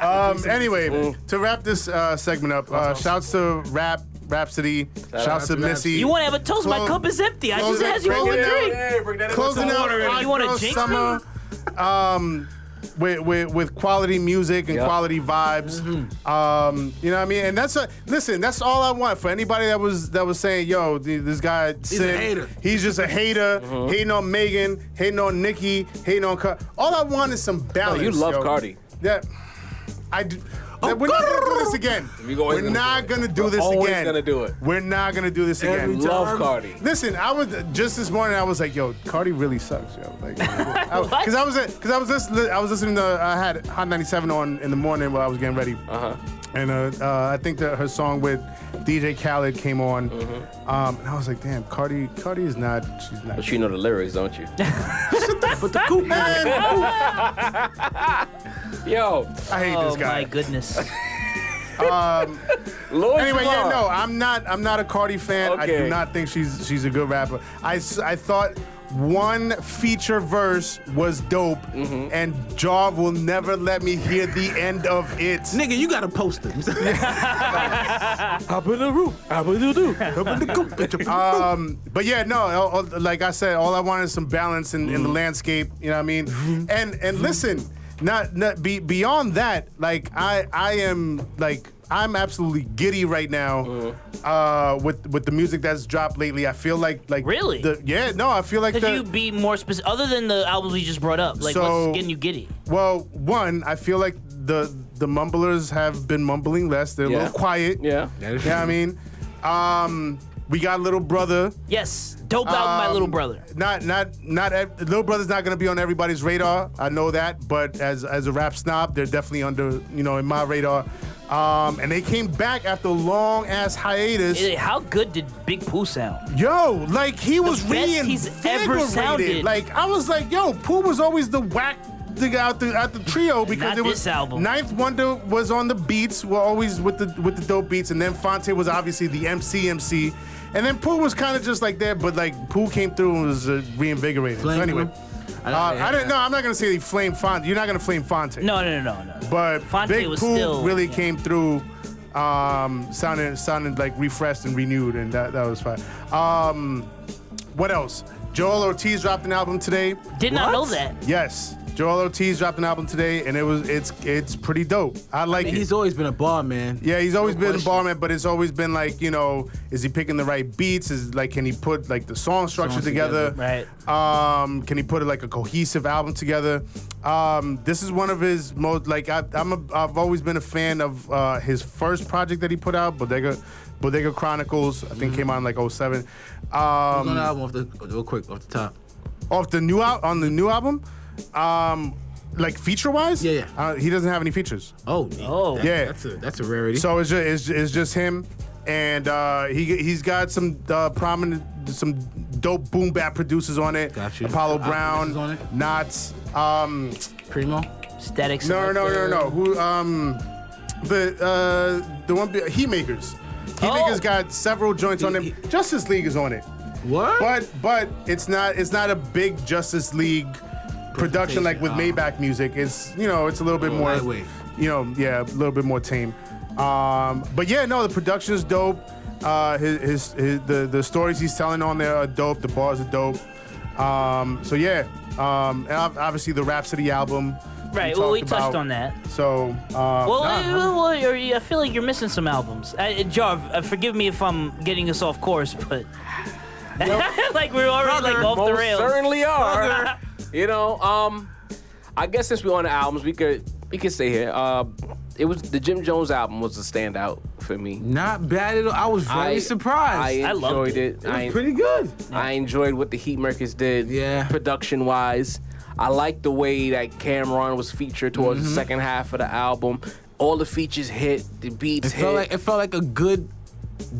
Um, anyway, to wrap this uh, segment up, uh, shouts to Rap Rhapsody, shouts to Missy. You want to have a toast? My Close- cup is empty. I close just it, asked you bring for it a out. drink. closing out water in it. Hot You wanna Girl jinx summer um, with, with with quality music and Yep. Mm-hmm. quality vibes. Um, you know what I mean? And that's a listen. That's all I want for anybody that was that was saying, "Yo, th- this guy he's a hater. He's just a hater, Uh-huh. hating on Megan, hating on Nicki, hating on Car- all I want is some balance. you love yo. Cardi. Yeah, I do. that- we're not gonna do this again. We We're always gonna not do it. gonna do We're this always again. gonna do it. We're not gonna do this Every again. time. Love Cardi. Listen, I was just this morning. I was like, "Yo, Cardi really sucks, yo." Like, What? because I was because I was listening. I was listening to I had Uh-huh. Hot 97 on in the morning while I was getting ready, Uh huh. and uh, uh, I think that her song with DJ Khaled came on, Mm-hmm. um, and I was like, "Damn, Cardi, Cardi is not. She's not. But you know the lyrics, don't you? But the coop man. Yo, I hate Oh this guy. my goodness. Lord, Anyway, you yeah, are. no, I'm not. I'm not a Cardi fan. I do Okay. not think she's she's a good rapper. I, s- I thought one feature verse was dope, Mm-hmm. and Jav will never let me hear the end of it. Nigga, you gotta post them. Hop in the roof. Hop in the roof. Hop in the coop. bitch. Um, but yeah, no, all- all- like I said, all I wanted is some balance in, Mm-hmm. in the landscape. You know what I mean? And and listen, not, not be, beyond that. Like I I am like I'm absolutely giddy right now Mm. uh, with with the music that's dropped lately. I feel like like Really? the, yeah no, I feel like Could the, you be more specific? Other than the albums we just brought up, like So- what's getting you giddy? Well, one, I feel like the the mumblers have been mumbling less. They're a Yeah. little quiet. Yeah. Yeah, I mean, um, we got little brother. Yes, dope album, my Um, little brother. Not not not ev- little brother's not gonna be on everybody's radar. I know that, but as as a rap snob, they're definitely under you know in my radar. Um, and they came back after a long ass hiatus. Eh, How good did Big Pooh sound? Yo, like he was best he's ever reinvigorated. sounded. Like I was like, yo, Pooh was always the whack nigga out the out the trio because Not it was this album. Ninth Wonder was on the beats, were always with the with the dope beats, and then Fonte was obviously the MC MC, and then Pooh was kind of just like that, but like Pooh came through and was uh, reinvigorated. Flame so anyway, him? I, uh, I didn't know. I'm not gonna say flame Fonte. You're not gonna flame Fonte. No, no, no, no, no. But Fonte Big was Pooh still- really yeah. came through, um, sounded sounded like refreshed and renewed, and that, that was fine. Um, what else? Joel Ortiz dropped an album today. Did not know that. Yes, Joel Ortiz dropped an album today, and it was it's it's pretty dope. I like And it. he's always been a bar man. Yeah, he's always No been question. a barman, but it's always been like, you know, is he picking the right beats? Is like, can he put like the song structure Songs together? together, Um, can he put like a cohesive album together? Um, this is one of his most like I, I'm a, I've always been a fan of uh, his first project that he put out, Bodega Bodega Chronicles. I think came out in like 07. Um, What's on the album off the real quick off the top? off the new out on the new album, um, like feature wise, Yeah, yeah. Uh, he doesn't have any features. Oh, Oh. that- Yeah. That's a that's a rarity. So it's just it's, it's just him, and uh, he he's got some uh, prominent some dope boom bap producers on it. Got you. Apollo Outcast Brown, is on it? Knots. Um, Primo. Static. no, no, no, no, Selector. no. Who um, the uh, the one be- He Makers. He Oh. Makers got several joints on him. He- he- Justice League is on it, What? but but it's not it's not a big Justice League production like with Presentation, ah. Maybach music. It's you know it's a little bit more lightweight. you know, yeah, a little bit more tame. Um, but yeah, no, the production is dope. Uh, his, his, his the the stories he's telling on there are dope. The bars are dope. Um, so yeah, um, and ob- obviously the Rhapsody album. Right, well, we talked touched on that. So uh, Well, nah, eh, well, well, you're- you- I feel like you're missing some albums. I, eh, Jarv, uh, forgive me if I'm getting us off course, but like we're already like off the Most rails. certainly are. you know, um, I guess since we're on the albums, we could we could say here. Uh, it was the Jim Jones album was a standout for me. Not bad at all. I was very I- surprised. I I loved enjoyed it. I, pretty good. I enjoyed what the Heat Makers did. Yeah. Production wise, I liked the way that Cameron was featured towards Mm-hmm. the second half of the album. All the features hit. The beats It hit. felt like it felt like a good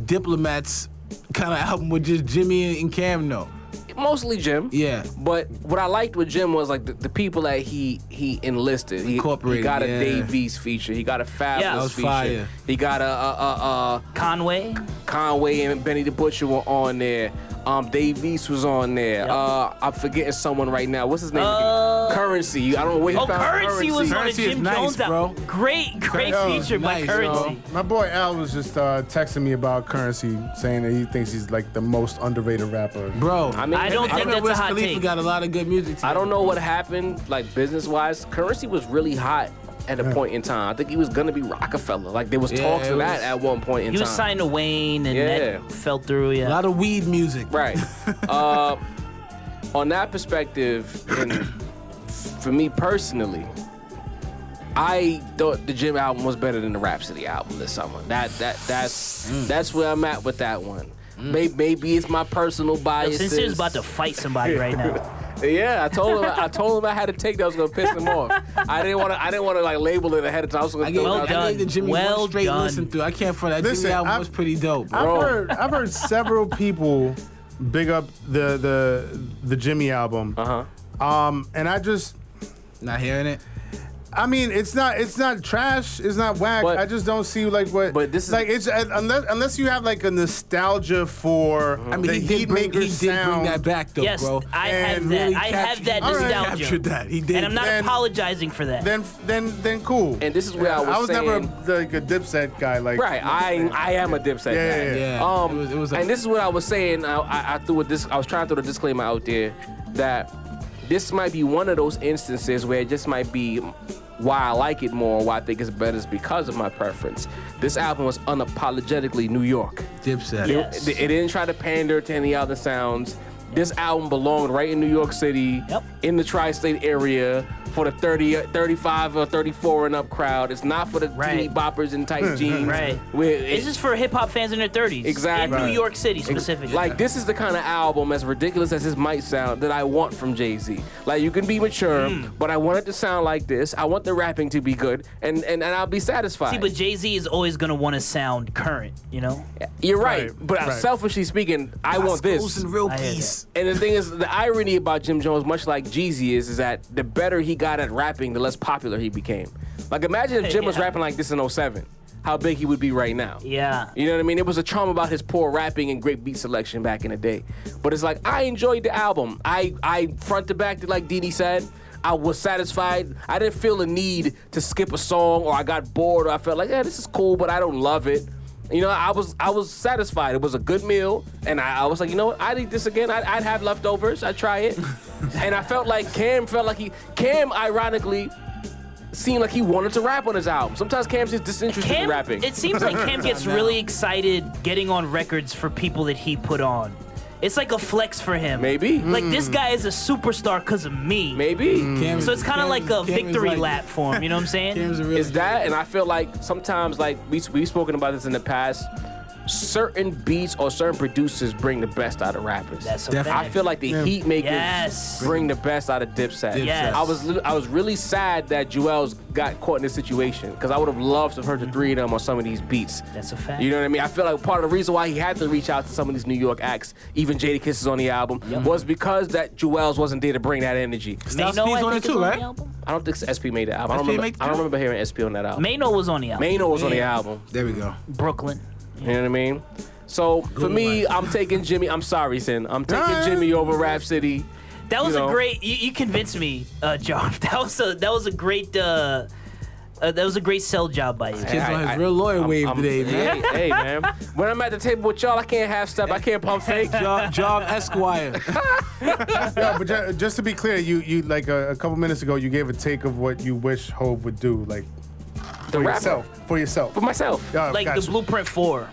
diplomats kind of album with just Jimmy and Cam though. mostly Jim. Yeah. But what I liked with Jim was like the, the people that he he enlisted. He, he Incorporated, got a yeah. Dave East feature. He got a Fabulous Yeah, that was feature. fire. He got a, a, a, Conway, a Conway and Benny the Butcher were on there. Um, Dave East was on there. Yeah. Uh, I'm forgetting someone right now. What's his name? Uh, currency. I don't know where he oh, found currency was on a Currency is Jim nice, Jones album. bro. Great, great Currency is feature by nice, Currency. my boy Al was just uh, texting me about Currency, saying that he thinks he's like the most underrated rapper. Bro, I mean, I don't I think know that's Wiz a hot Khalifa take. got a lot of good music. I together. don't know what happened, like business wise. Currency was really hot at a point in time. I think he was gonna be Rockefeller. Like there was Yeah, talks it of was- that at one point in He time. was signed to Wayne, and Yeah. that fell through. Yeah. A lot of weed music. Right. uh, on that perspective, and for me personally, I thought the Jim album was better than the Rhapsody album this summer. That that that's Mm. that's where I'm at with that one. May Maybe, it's my personal Yo, bias. Sincere's about to fight somebody right now. Yeah, I told him. I told him I had to take that. I was gonna piss him off. I didn't want to. I didn't want to like label it ahead of time. I was gonna I gave, throw well Well it out. I done. gave the Jimmy Well one straight done. listen through. I can't front. That Listen, Jimmy album I'm- was pretty dope. I've Bro. heard I've heard several people big up the the the Jimmy album. Uh-huh. Um, and I just Not hearing it. I mean, it's not it's not trash. It's not whack. But- I just don't see like what. but this is- like it's uh, unless unless you have like a nostalgia for Mm-hmm. I mean, the he did, bring, Heatmaker he did bring sound. that back though, Yes, bro. I have and that. Really I have captured- that really nostalgia, Captured that. He did. and I'm not Then- apologizing for that. Then then then cool. And this is where I was never saying- a, like a Dipset guy. Like Right, I I am a Dipset Yeah, guy. yeah, yeah. Yeah, Um, it was- it was a- and this is what I was saying. I, I, I threw a dis- I was trying to throw a disclaimer out there that this might be one of those instances where it just might be why I like it more, why I think it's better, is because of my preference. This album was unapologetically New York. Dipset. Yeah. It, it didn't try to pander to any other sounds. This album belonged right in New York City, Yep. in the tri-state area for the 30, 35 or 34 and up crowd. It's not for the teeny Right. boppers and tight jeans. Right. Where it- This is for hip hop fans in their 30s. Exactly. In New Right. York City specifically. like this is the kind of album, as ridiculous as this might sound, that I want from Jay Z. Like you can be mature, Hmm. but I want it to sound like this. I want the rapping to be good, and and, and I'll be satisfied. See, but Jay Z is always gonna want to sound current, you know? You're right, Right, but right. selfishly speaking, I want Schools this. in real I hear peace. And the thing is, the irony about Jim Jones, much like Jeezy, is, is that the better he got at rapping, the less popular he became. Like, imagine if Jim was Yeah. rapping like this in 07, how big he would be right now. Yeah. You know what I mean? It was a charm about his poor rapping and great beat selection back in the day. But it's like, I enjoyed the album. I, I front to back, like Dee Dee said. I was satisfied. I didn't feel a need to skip a song or I got bored or I felt like, yeah, this is cool, but I don't love it. You know, I was I was satisfied. It was a good meal, and I, I was like, you know what? I'd eat this again. I'd, I'd have leftovers. I'd try it. and I felt like Cam felt like he Cam ironically seemed like he wanted to rap on his album. Sometimes Cam's just disinterested in Cam, rapping. it seems like Cam gets really excited getting on records for people that he put on. It's like a flex for him. Maybe. Mm. Like this guy is a superstar because of me. Maybe. Cameron- So it's kind of Cameron- like a Cameron's victory like- lap for him. You know what I'm saying? Cameron's a real It's that, and I feel like sometimes, like we we've spoken about this in the past, certain beats or certain producers bring the best out of rappers. That's a Definitely. fact. I feel like the heat makers Yes. bring the best out of Dipset. Yes. I was li- I was really sad that Joel's got caught in this situation because I would have loved to have heard the three of them on some of these beats. That's a fact. You know what I mean? I feel like part of the reason why he had to reach out to some of these New York acts, even Jada Kisses on the album, was because that Joel's wasn't there to bring that energy. Styles Mano, P's I on think, it is too, on the right? album. I don't think SP made the album. I don't, SP made remember, the I don't remember hearing SP on that album. Mano was on the album. Mano was on the Man. album. There we go. Brooklyn. You know what I mean? So for me, I'm taking Jimmy. I'm sorry, Sin. I'm taking Nah. Jimmy over Rap City. That was You know. a great. You, you convinced me, uh, John. That was a that was a great. Uh, uh, that was a great sell job by you. Kids on his real lawyer wave today, man. Hey, hey, man. When I'm at the table with y'all, I can't half step. I can't pump fake. Job, Job Esquire. yeah, but ju- just to be clear, you you like a, a couple minutes ago, you gave a take of what you wish Hove would do, like The for rapper. yourself, for yourself. For myself. Yeah, Like gotcha. the blueprint for.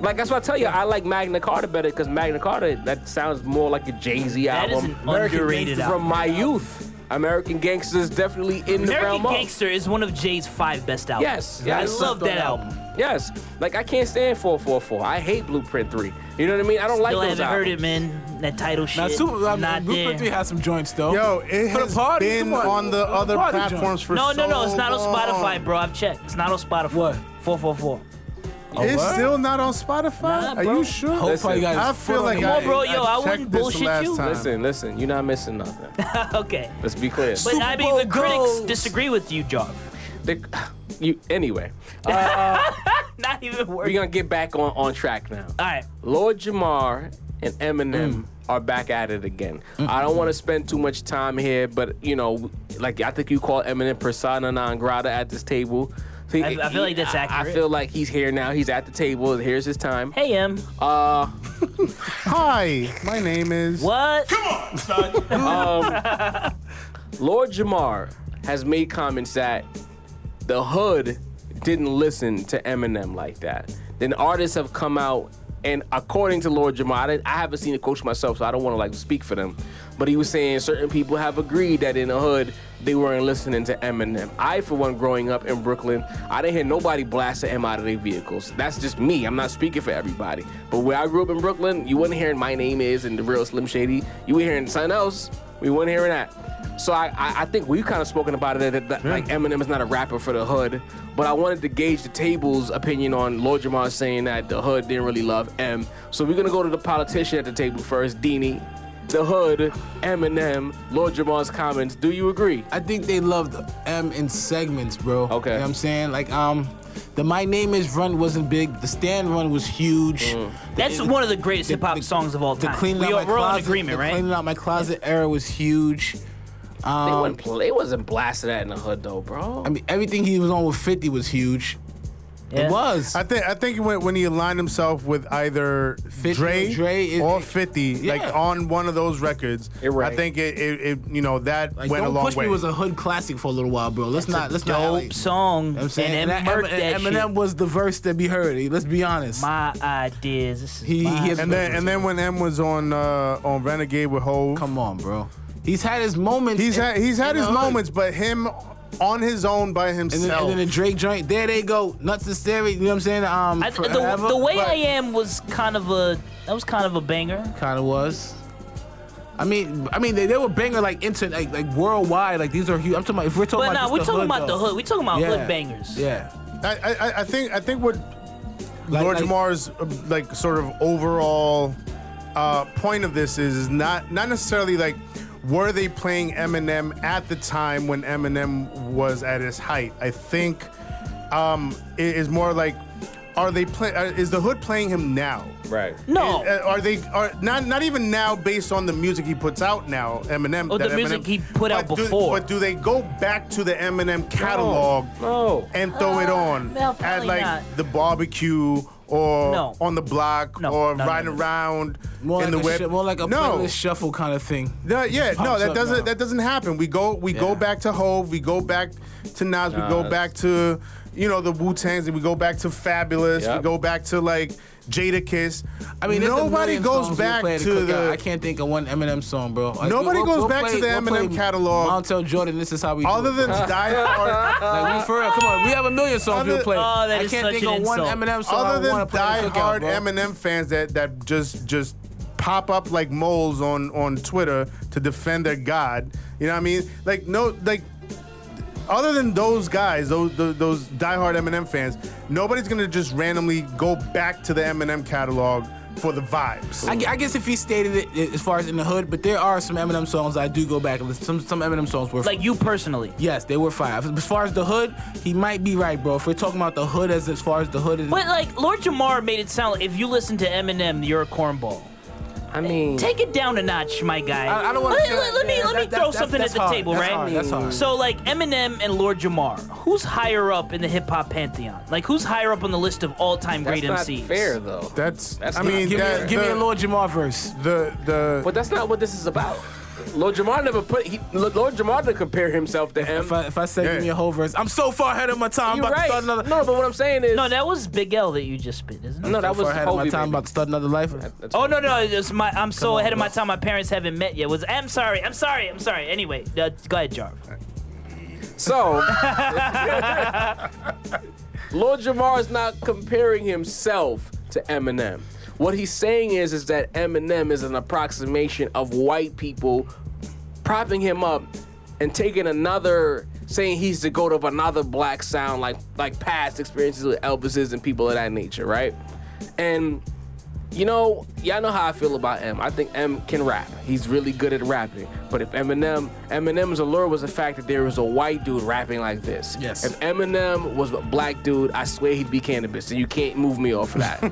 Like that's what I tell you. I like Magna Carta better because Magna Carta that sounds more like a Jay Z That is album. an underrated Gangsta album. from my youth. American Gangster is definitely in the American realm of. Gangster is one of Jay's five best albums. Yes, yes. I love that album. Yes, like I can't stand 444. I hate Blueprint 3. You know what I mean? I don't like Still those haven't albums. heard it, man. That title shit. now, Super, I mean, not Blueprint 3 there. has some joints, though. Yo, it For the has party, been come on. on the For the other party, John. platforms for No, no, no. so It's not on Spotify, long. bro. I've checked. It's not on Spotify. What? Four four four. It's what? still not on Spotify. Nah, Are bro. you sure? Hope Listen, probably got his I foot feel on like the Come on, leg. bro, yo, I checked wouldn't this bullshit last you. time. Listen, listen. You're not missing nothing. okay. Let's be clear. But I mean, Bowl the critics goals. disagree with you, John. The- you anyway. Not even We're worried. gonna get back on on track now. All right. Lord Jamar and Mm. Eminem are back at it again. I don't want to spend too much time here, but you know, like I think you call Eminem persona non grata at this table. See, I- I feel like that's I- I accurate. feel like he's here now. He's at the table. Here's his time. Hey, M. Hi, my name is. What? Lord Jamar has made comments that the hood didn't listen to Eminem like that. Then artists have come out, and according to Lord Jamar, I, didn't- I haven't seen a coach myself, so I don't want to like speak for them. But he was saying certain people have agreed that in the hood they weren't listening to Eminem. I, for one, growing up in Brooklyn, I didn't hear nobody blasting M out of their vehicles. That's just me. I'm not speaking for everybody. But where I grew up in Brooklyn, you wasn't hearing "My Name Is" and the real Slim Shady. You were hearing something else. We weren't hearing that. So I, I, I think we've kind of spoken about it that, that like Hmm. Eminem is not a rapper for the hood, but I wanted to gauge the table's opinion on Lord Jamar saying that the hood didn't really love M. So we're gonna go to the politician at the table first, Deanie, the hood, Eminem, Lord Jamar's comments. Do you agree? I think they loved M in segments, bro. Okay. You know what I'm saying? Like, um, the My Name Is run wasn't big. The Stand run was huge. Mm. That's The- one of the greatest hip hop the- songs of all The time. cleaning we out are, my we're all closet, in agreement, the right? Cleaning out my closet era was huge. they, wasn't, pl- they wasn't blasting that in the hood though, bro. Um, I mean, everything he was on with 50 was huge. Yeah. It was. I think I think when, when he aligned himself with either 50 Dre, or Dre, it- or it- Fifty, like yeah. on one of those records, You're right. I think it, it, it you know that like, went Don't a long Push way. Me was a hood classic for a little while, bro. Let's not. Let's not. Dope like- song. You know what I'm saying And then that- murked that Eminem, Eminem shit. was the verse that be heard. Let's be honest. My ideas. This is He- my he has- ideas. and then and then when M was on uh, on Renegade with Hov, Come on, bro. He's had his moments. he's in- had he's had in his the hood. moments, but him on his own by And then, himself. and then the Drake joint. There they go. Nuts and Sterry. You know what I'm saying? Um, I, the, Forever, the way but- I am was kind of a that was kind of a banger. kind of was. I mean, I mean, they, they were banging like inter, like, like worldwide. Like these are huge. I'm talking about if we're talking But about. nah, just we're the talking hood, about the though. hood. We're talking about Yeah. hood bangers. Yeah. I, I, I think I think what Like- Lord like- Jamar's uh, like sort of overall uh, point of this is, is not not necessarily like were they playing Eminem at the time when Eminem was at his height. I think um, it is more like are they play uh, is the hood playing him now? Right. No. Uh, Are they are not not even now based on the music he puts out now, Eminem? Or Oh, the that music Eminem- he put out but do- before. but do they go back to the Eminem catalog no. and throw it Uh, on no, at probably like not. the barbecue or No. on the block No, or no, no, riding no. around More in like, the a, web? sh- more like a no. playlist shuffle kind of thing. No, yeah, no, pops that up doesn't now. that doesn't happen. We go we Yeah. go back to Hove, we go back to Nas, we go Nas. back to you know the Wu Tangs, we go back to Fabulous, we Yep. go back to like Jada Kiss. I mean, there's a nobody million goes songs we'll back play to at cookout. the. I can't think of one Eminem song, bro. Like, Nobody goes back to the Eminem play catalog. Montel Jordan. This is how we. do Other it. than Die Hard, like, we for real, come on, we have a million songs Other- we'll play. Oh, that I is can't such think an of one insult. Eminem song other I want than to play at Die cookout, Hard bro. Eminem fans that that just just pop up like moles on on Twitter to defend their god. You know what I mean? Like no, like other than those guys, those those, those diehard Eminem fans, nobody's gonna just randomly go back to the Eminem catalog for the vibes. I, gu- I guess if he stated it i- as far as in the hood, but there are some Eminem songs I do go back and listen. Some some Eminem songs were Like you personally. yes, they were five. As far as the hood, he might be right, bro. If we're talking about the hood as as far as the hood, is, But like Lord Jamar made it sound like if you listen to Eminem, you're a cornball. I mean, Take it down a notch, my guy. I- I don't wanna Let, feel let, like- let me yeah, let me that- throw that's- something that's at the hard. table, That's right? hard. That's hard. So like Eminem and Lord Jamar, who's higher up in the hip hop pantheon? Like who's higher up on the list of all time that's great not MCs? fair though. That's, That's I not- mean give that, me the, a, give me a Lord Jamar verse. the the But that's not what this is about. Lord Jamar never put he, Lord Jamar didn't compare himself to him. If I, if I said Yeah. give me a whole verse, I'm so far ahead of my time. I'm You're about to right. start another. No, but what I'm saying is No, that was Big L that you just spit, isn't it? no, that so was far ahead of my Kobe, time. baby. About to start another life. That's- Oh no no! It's my I'm so on, ahead of my Russ. time. My parents haven't met yet. Was I'm sorry. I'm sorry. I'm sorry. Anyway, uh, go ahead, Jarv. So, Oh, Lord Jamar is not comparing himself to Eminem. What he's saying is, is that Eminem is an approximation of white people propping him up and taking another, saying he's the goat of another black sound, like like past experiences with Elvises and people of that nature, right? And you know, y'all know how I feel about M. I think M can rap. He's really good at rapping. But if Eminem, Eminem's allure was the fact that there was a white dude rapping like this. Yes. If Eminem was a black dude, I swear he'd be cannabis, and you can't move me off of that.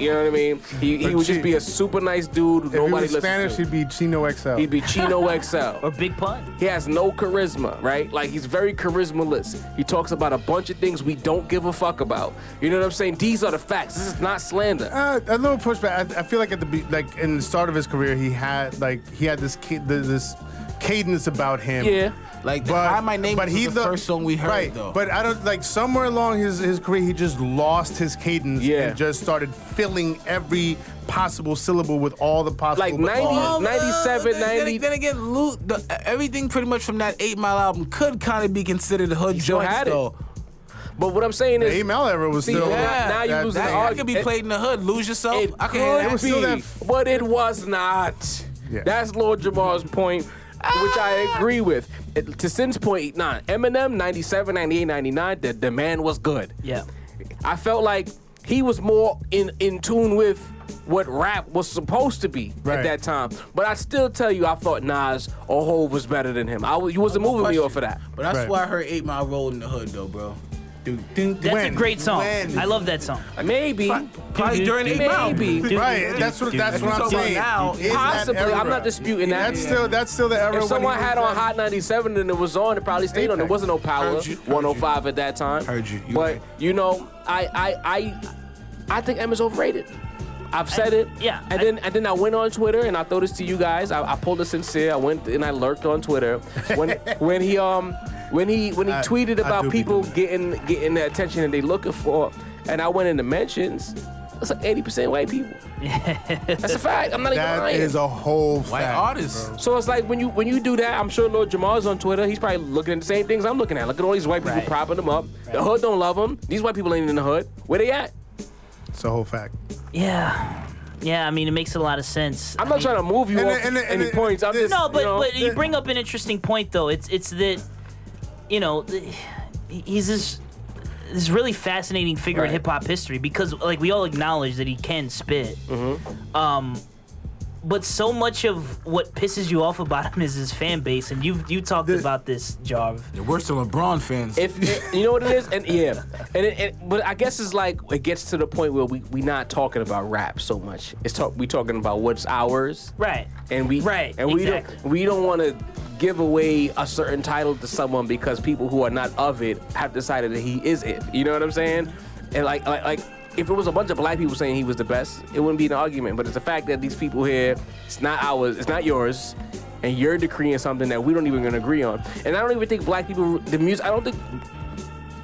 you know what I mean? He, he But would just she- be a super nice dude. Who if he nobody was listens Spanish, to. he'd be Chino XL. He'd be Chino XL. Or Big Pun. He has no charisma, right? Like he's very charismaless. He talks about a bunch of things we don't give a fuck about. You know what I'm saying? These are the facts. This is not slander. Uh, a little pushback. I, I feel like at the be- like in the start of his career, he had like he had this ca- th- this cadence about him. Yeah. Like But I my name but was he the, lo- first song we heard right, though. But I don't like somewhere along his his career, he just lost his cadence. Yeah. and just started filling every possible syllable with all the possible. Like but- 90 Well, uh, 97, then- then- 90. Then again, Lou, the, everything pretty much from that Eight Mile album could kind of be considered hood still joints, had it. though. But what I'm saying The is, email era was See, still. yeah, now you that losing That, the thing. argument. that could be it- played in the hood. Lose yourself. It I can could hear that. still be, that- but it was not. Yeah. That's Lord Jamar's point. which I agree with. It- to Sin's point, nah, Eminem 97, 98, 99, the, the man was good. Yeah. I felt like he was more in in tune with what rap was supposed to be Right. at that time. But I still tell you, I thought Nas or Hove was better than him. I was, you wasn't moving me Question. off of that. But that's Right. why I heard Eight Mile Road in the Hood though, bro. Dude, dude, That's When? a great song. When? I love that song. Maybe, Probably during eight round. maybe. Right, that's what that's what I'm Talking about saying. now, In that possibly, era. I'm not disputing that. That's still that's still the era. If when someone he was had on young. Hot 97 and it was on, it probably stayed on. There Apex. wasn't no power. Heard you, heard 105 at that time. Heard you, you but right. you know, I I I I think M is overrated. I've said it. yeah, And I- then and then I went on Twitter and I throw this to you guys. I, I pulled a sincere. I went and I lurked on Twitter when when he um when he when he I- tweeted I do about be people doing that. getting getting the attention that they looking for, and I went into mentions. It's like 80% white people. That's a fact. I'm not even That lying. is a whole White fact, artists. bro. So it's like when you when you do that, I'm sure Lord Jamal's on Twitter. He's probably looking at the same things I'm looking at. Look at all these white people Right. propping them up. The hood don't love them. These white people ain't in the hood. Where they at? It's a whole fact. Yeah. Yeah, I mean, it makes a lot of sense. I'm not trying to move you And off the- and the- and any the- points. I'm just No, but you know, but you bring up an interesting point though. It's it's that you know th- he's this this really fascinating figure in Right. hip hop history because like we all acknowledge that he can spit. Um, but so much of what pisses you off about him is his fan base, and you you talked about this, Jarv. And We're still LeBron fans. if you know what it is, and yeah, and it, it, but I guess it's like it gets to the point where we we not talking about rap so much. It's talk we talking about what's ours, Right. and we Right, and we don't exactly. we don't want to give away a certain title to someone because people who are not of it have decided that he is it. You know what I'm saying? And like like like if it was a bunch of black people saying he was the best, it wouldn't be an argument. But it's the fact that these people here, it's not ours, it's not yours. And you're decreeing something that we don't even gonna agree on. And I don't even think black people, the music, I don't think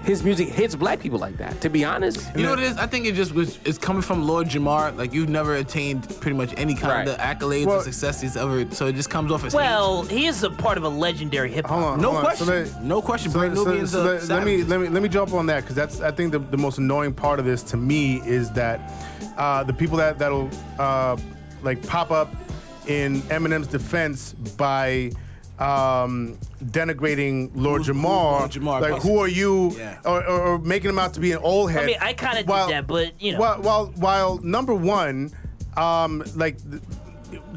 his music hits black people like that, to be honest. You know what it is? I think it just was. It's coming from Lord Jamar. Like you've never attained pretty much any kind of Right. accolades Well- or success he's ever. So it just comes off as hate. Well, he is a part of a legendary hip Hold hop. on. No hold on. So question. let- no question. Brand uh, so- Nubians. so are let, let me savages. let me let me jump on that because that's I think the, the most annoying part of this to me is that uh, the people that that'll uh, like pop up in Eminem's defense by um, denigrating Lord Who's- who's Jamar, Lord Jamar? like who are you, Yeah. or, or, or making him out to be an old head. mean, I kinda did while- that, but, you know. while while, while number one, um, like. th-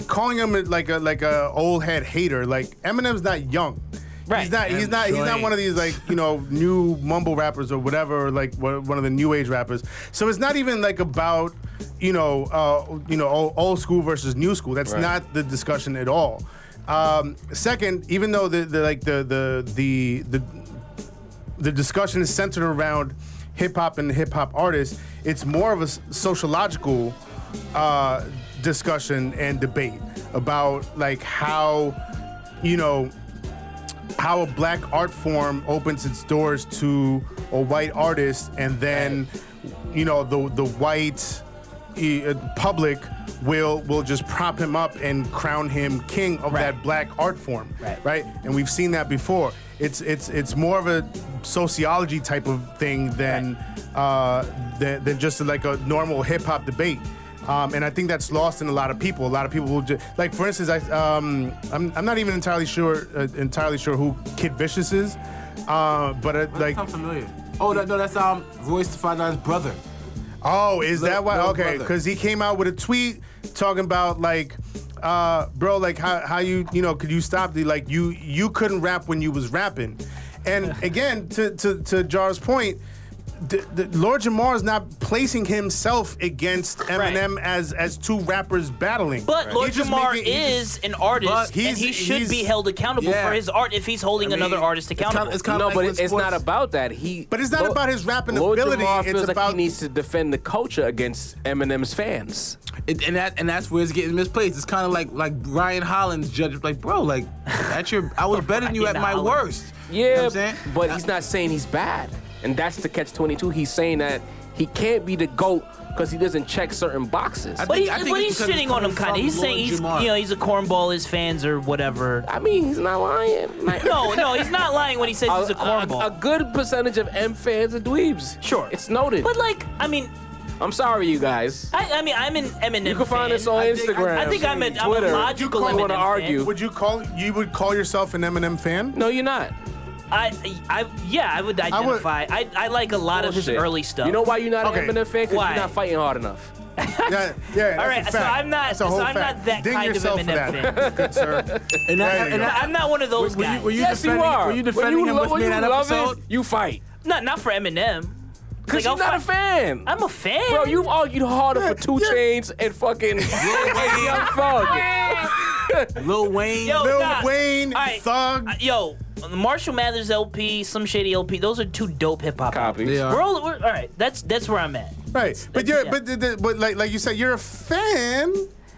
Calling him like a like a old head hater, like Eminem's not young. Right. He's not. He's I'm not. He's not saying. one of these like you know new mumble rappers or whatever. Like wha- one of the new age rappers. So it's not even like about you know uh, you know old, old school versus new school. That's Right. not the discussion at all. Um, second, even though the, the like the the the the the discussion is centered around hip hop and hip hop artists. It's more of a s- sociological uh, discussion and debate about like how you know how a black art form opens its doors to a white artist, and then you know the the white eh, uh, public will will just prop him up and crown him king of that black art form, Right. right? And we've seen that before. It's it's it's more of a sociology type of thing than uh, than, than just like a normal hip hop debate. Um, and I think that's lost in a lot of people. A lot of people will just like, for instance, I um, I'm, I'm not even entirely sure uh, entirely sure who Kid Vicious is, uh, but uh, like, I'm familiar. Oh that, no, that's um Royce Fadine's brother. oh, is that why? Lil Okay, Brother. because he came out with a tweet talking about like. Uh, bro, like how, how you you know could you stop the like you you couldn't rap when you was rapping, and again to to to Jar's point, the, the Lord Jamar is not placing himself against Eminem as as two rappers battling. But He's Lord just Jamar making- he's just- is an artist, But and he he's- should be he's- held accountable Yeah. for his art if he's holding I mean, another artist it's kinda- accountable. it's kinda No, like but with it's sports. not about that. He. But it's not about his rapping Lord ability, Jamar it's feels like about- he needs to defend the culture against Eminem's fans. It, and that and that's where it's getting misplaced. It's kind of like like Ryan Hollins judge like bro like at your I was better than you at Ryan my Hollins. worst. Yeah, you know what I'm saying. but Uh, he's not saying he's bad, and that's the catch twenty two. He's saying that he can't be the goat because he doesn't check certain boxes. I I, But, think- he, think but it's he's because it's shitting on coming him kind of. from He's saying Lord he's Jamar. you know he's a cornball, his fans or whatever. mean, he's not lying. Like, No, no, he's not lying when he says he's a a, cornball. a good percentage of M fans are dweebs. Sure. it's noted. But like, I mean, I'm sorry, you guys. I, I mean, I'm an Eminem. You can fan. find us on I think- Instagram. I think I'm, an, I'm Twitter. a logical You Eminem. call- wanna fan. argue. Would you call you would call yourself an Eminem fan? No, you're not. I, I, yeah, I would would- identify. I, I, like a lot of his Bullshit. early stuff. You know why you're not Okay. an Eminem fan? Because Why? you're not fighting hard enough. Yeah, yeah. All right, so I'm not- so I'm not that Ding kind of yourself for Eminem that. Good sir. And I, There you and go. I, I'm not one of those were you, guys. were you yes, defending, you are. Were you When defending him lo- with when me in you that love it, episode? you fight. not, not for Eminem. Because Like, I'll you're not a fight- fan. I'm a fan. Bro, you've argued harder for Two yeah. Chains and fucking and Young Thug. Lil Wayne. Yo, Lil nah. Wayne, All right. Thug. Uh, Yo, Marshall Mathers LP, Some Shady LP. Those are two dope hip hop. Copy. They We're are. all, we're, all right. That's that's where I'm at. Right, but you're yeah. but the, the, but like like you said, you're a fan.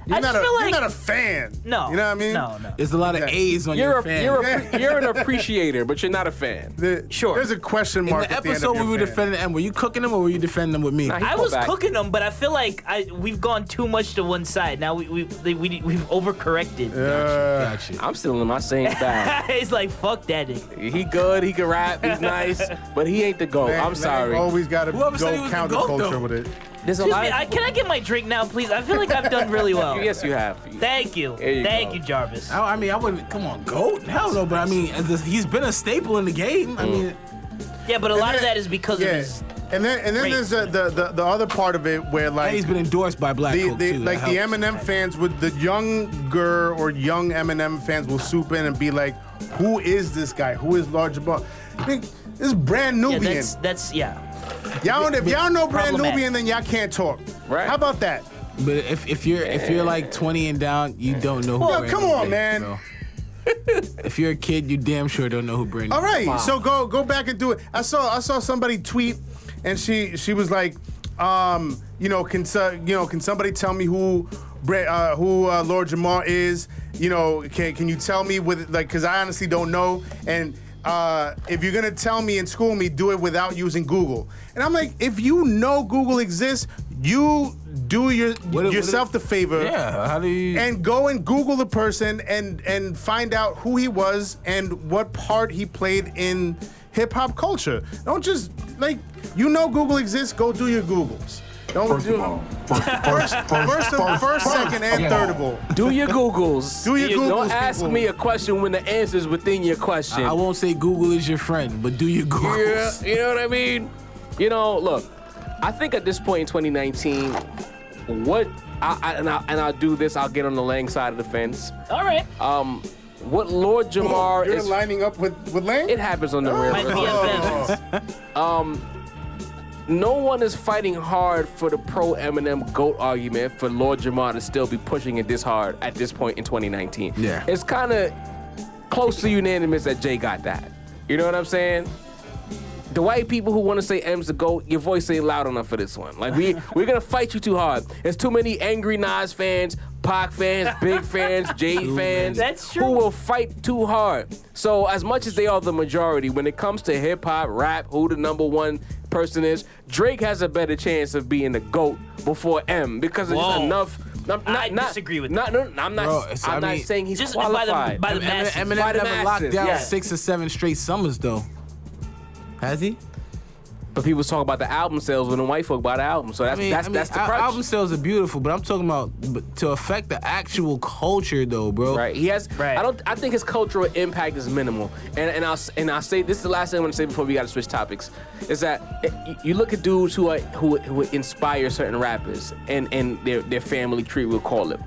You're I not just a feel you're like- not a fan. No, you know what I mean. No, no. There's a lot of Yeah. A's on You're your a, fan. you're, Yeah. a, you're an appreciator, but you're not a fan. The- Sure. There's a question in mark. the at the end episode of we were your fan. defending him, were you cooking him or were you defending him with me? Nah, he- I was Back. cooking them, but I feel like I we've gone too much to one side. Now we we we we we've overcorrected. Uh, Got you. I'm still in my same style. It's like fuck that nigga. he good, he can rap, he's nice, but he ain't the GOAT. man, Oh, oh. I'm man, sorry. Always got to go Whoever said he was the goat, though. counterculture with it. There's a Excuse lot me, of- I, can I get my drink now, please? I feel like I've done really well. Yes, you have. Thank you. There you Thank go. you, Jarvis. I, I mean, I wouldn't. Come on, goat. Hell no. But I mean, as this- he's been a staple in the game. Mm. I mean, Yeah, but a lot of then- that is because of Yeah, his. and then and then Great. there's the, the the the other part of it where and like he's been endorsed by Black the, Coke the, too. like That the helps. Eminem fans with the younger or young Eminem fans will swoop in and be like, "Who is this guy? Who is Large Ball?" I mean, this is brand Yeah, Nubian. that's that's yeah. y'all don't, if y'all don't know brand Problematic. Nubian, then y'all can't talk. Right. How about that? But if, if you're if you're like 20 and down, you don't know who. Well, Brand come New on, is, man. bro. if you're a kid, you damn sure don't know who Brand. New All is. right, so go go back and do it. I saw I saw somebody tweet, and she she was like, um, you know, can so- you know can somebody tell me who Bre- uh, who uh, Lord Jamar is? You know, can can you tell me with like because I honestly don't know and. Uh, if you're gonna tell me and school me, do it without using Google. And I'm like, if you know Google exists, you do your What- what- yourself the favor Yeah. How do you? and go and Google the person and and find out who he was and what part he played in hip hop culture. Don't just like you know Google exists. Go do your Googles. Don't First do of all, first, first, first, first, of, first, second, and of all. third of all. Do your Googles. Do your Googles, Don't ask people. me a question when the answer's within your question. I won't say Google is your friend, but do your Google. Yeah, you know what I mean? You know, look, I think at this point in 2019, what I, I, and, I, and I'll do this, I'll get on the Lang side of the fence. All right. Um, what Lord Jamar You're is, lining up with with Oh. Lane. it happens on the My real. BFF. No one is fighting hard for the pro Eminem goat argument for Lord Jamar to still be pushing it this hard at this point in 2019. Yeah. it's kind of close to unanimous that Jay got that. You know what I'm saying? The white people who want to say M's the goat, your voice ain't loud enough for this one. Like we we're gonna fight you too hard. There's too many angry Nas fans, Pac fans, Big fans, Jay fans, That's true. who will fight too hard. So as much as they are the majority, when it comes to hip hop, rap, who the number one person is, Drake has a better chance of being the goat before M because there's just Whoa. enough. I'm not, I not- disagree with not, No, no, I'm not. Bro, it's- I'm I not mean- saying he's Just by the- qualified. by the Eminem, masses. Eminem By the never locked masses, down yeah. six or seven straight summers though. Has he? But people was talking about the album sales when the white folk buy the album. So that's I mean, that's I mean, that's the al- crutch. album sales are beautiful, but I'm talking about but to affect the actual culture though, bro. Right. He has. Right. I don't. I think his cultural impact is minimal. And and I'll s- and I'll say this is the last thing I want to say before we got to switch topics, is that eh, you- you look at dudes who are who who inspire certain rappers and and their their family tree will call it.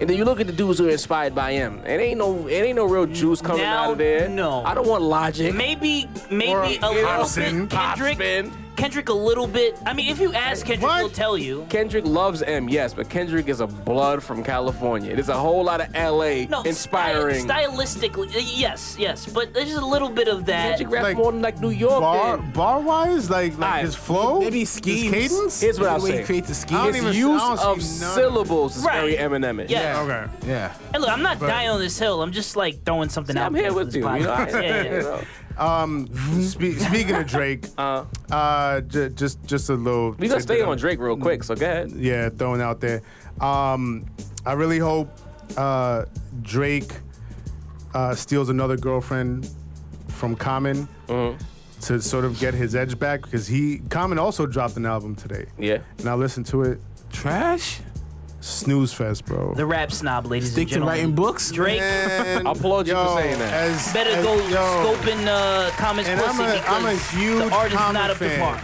And then you look at the dudes who are inspired by him. It ain't no, it ain't no real juice coming Now, out of there. no. I don't want logic. Maybe maybe Or a little Popsin, bit Kendrick. Popsin. Kendrick a little bit. I mean, if you ask Kendrick, What? he'll tell you. Kendrick loves M, yes, but Kendrick is a blood from California. There's a whole lot of LA No, inspiring. sty- stylistically, uh, yes, yes, but there's just a little bit of that. Kendrick raps Like, more than like New York. Bar did. bar wise, like like Aight. his flow, Maybe his schemes. cadence. Here's what The I'll way say. he creates the scheme. I don't His even- use I don't of see none. syllabish is Right. very Eminem-ish. Yeah. okay. Yeah. And look, I'm not dying on this hill. I'm just like throwing something See, out I'm there here for with this you. you know? podcast. yeah, yeah. You know? Spe- speaking of Drake, uh, ju- just just a little. We gonna stay tidbit on Drake real quick, so go ahead. yeah, throwing out there. Um, I really hope uh, Mm-hmm. Drake uh, steals another girlfriend from Common to sort of get his edge back because he Common also dropped an album today. Yeah. And I listened to it. Trash? Snooze fest, bro. The rap snob, ladies Stick and to gentlemen. writing books? Drake And, I applaud you for yo, saying that. as- better as- go yo, scoping uh, comments And pussy I'm a- because I'm a huge the art is Common not up to fan. par.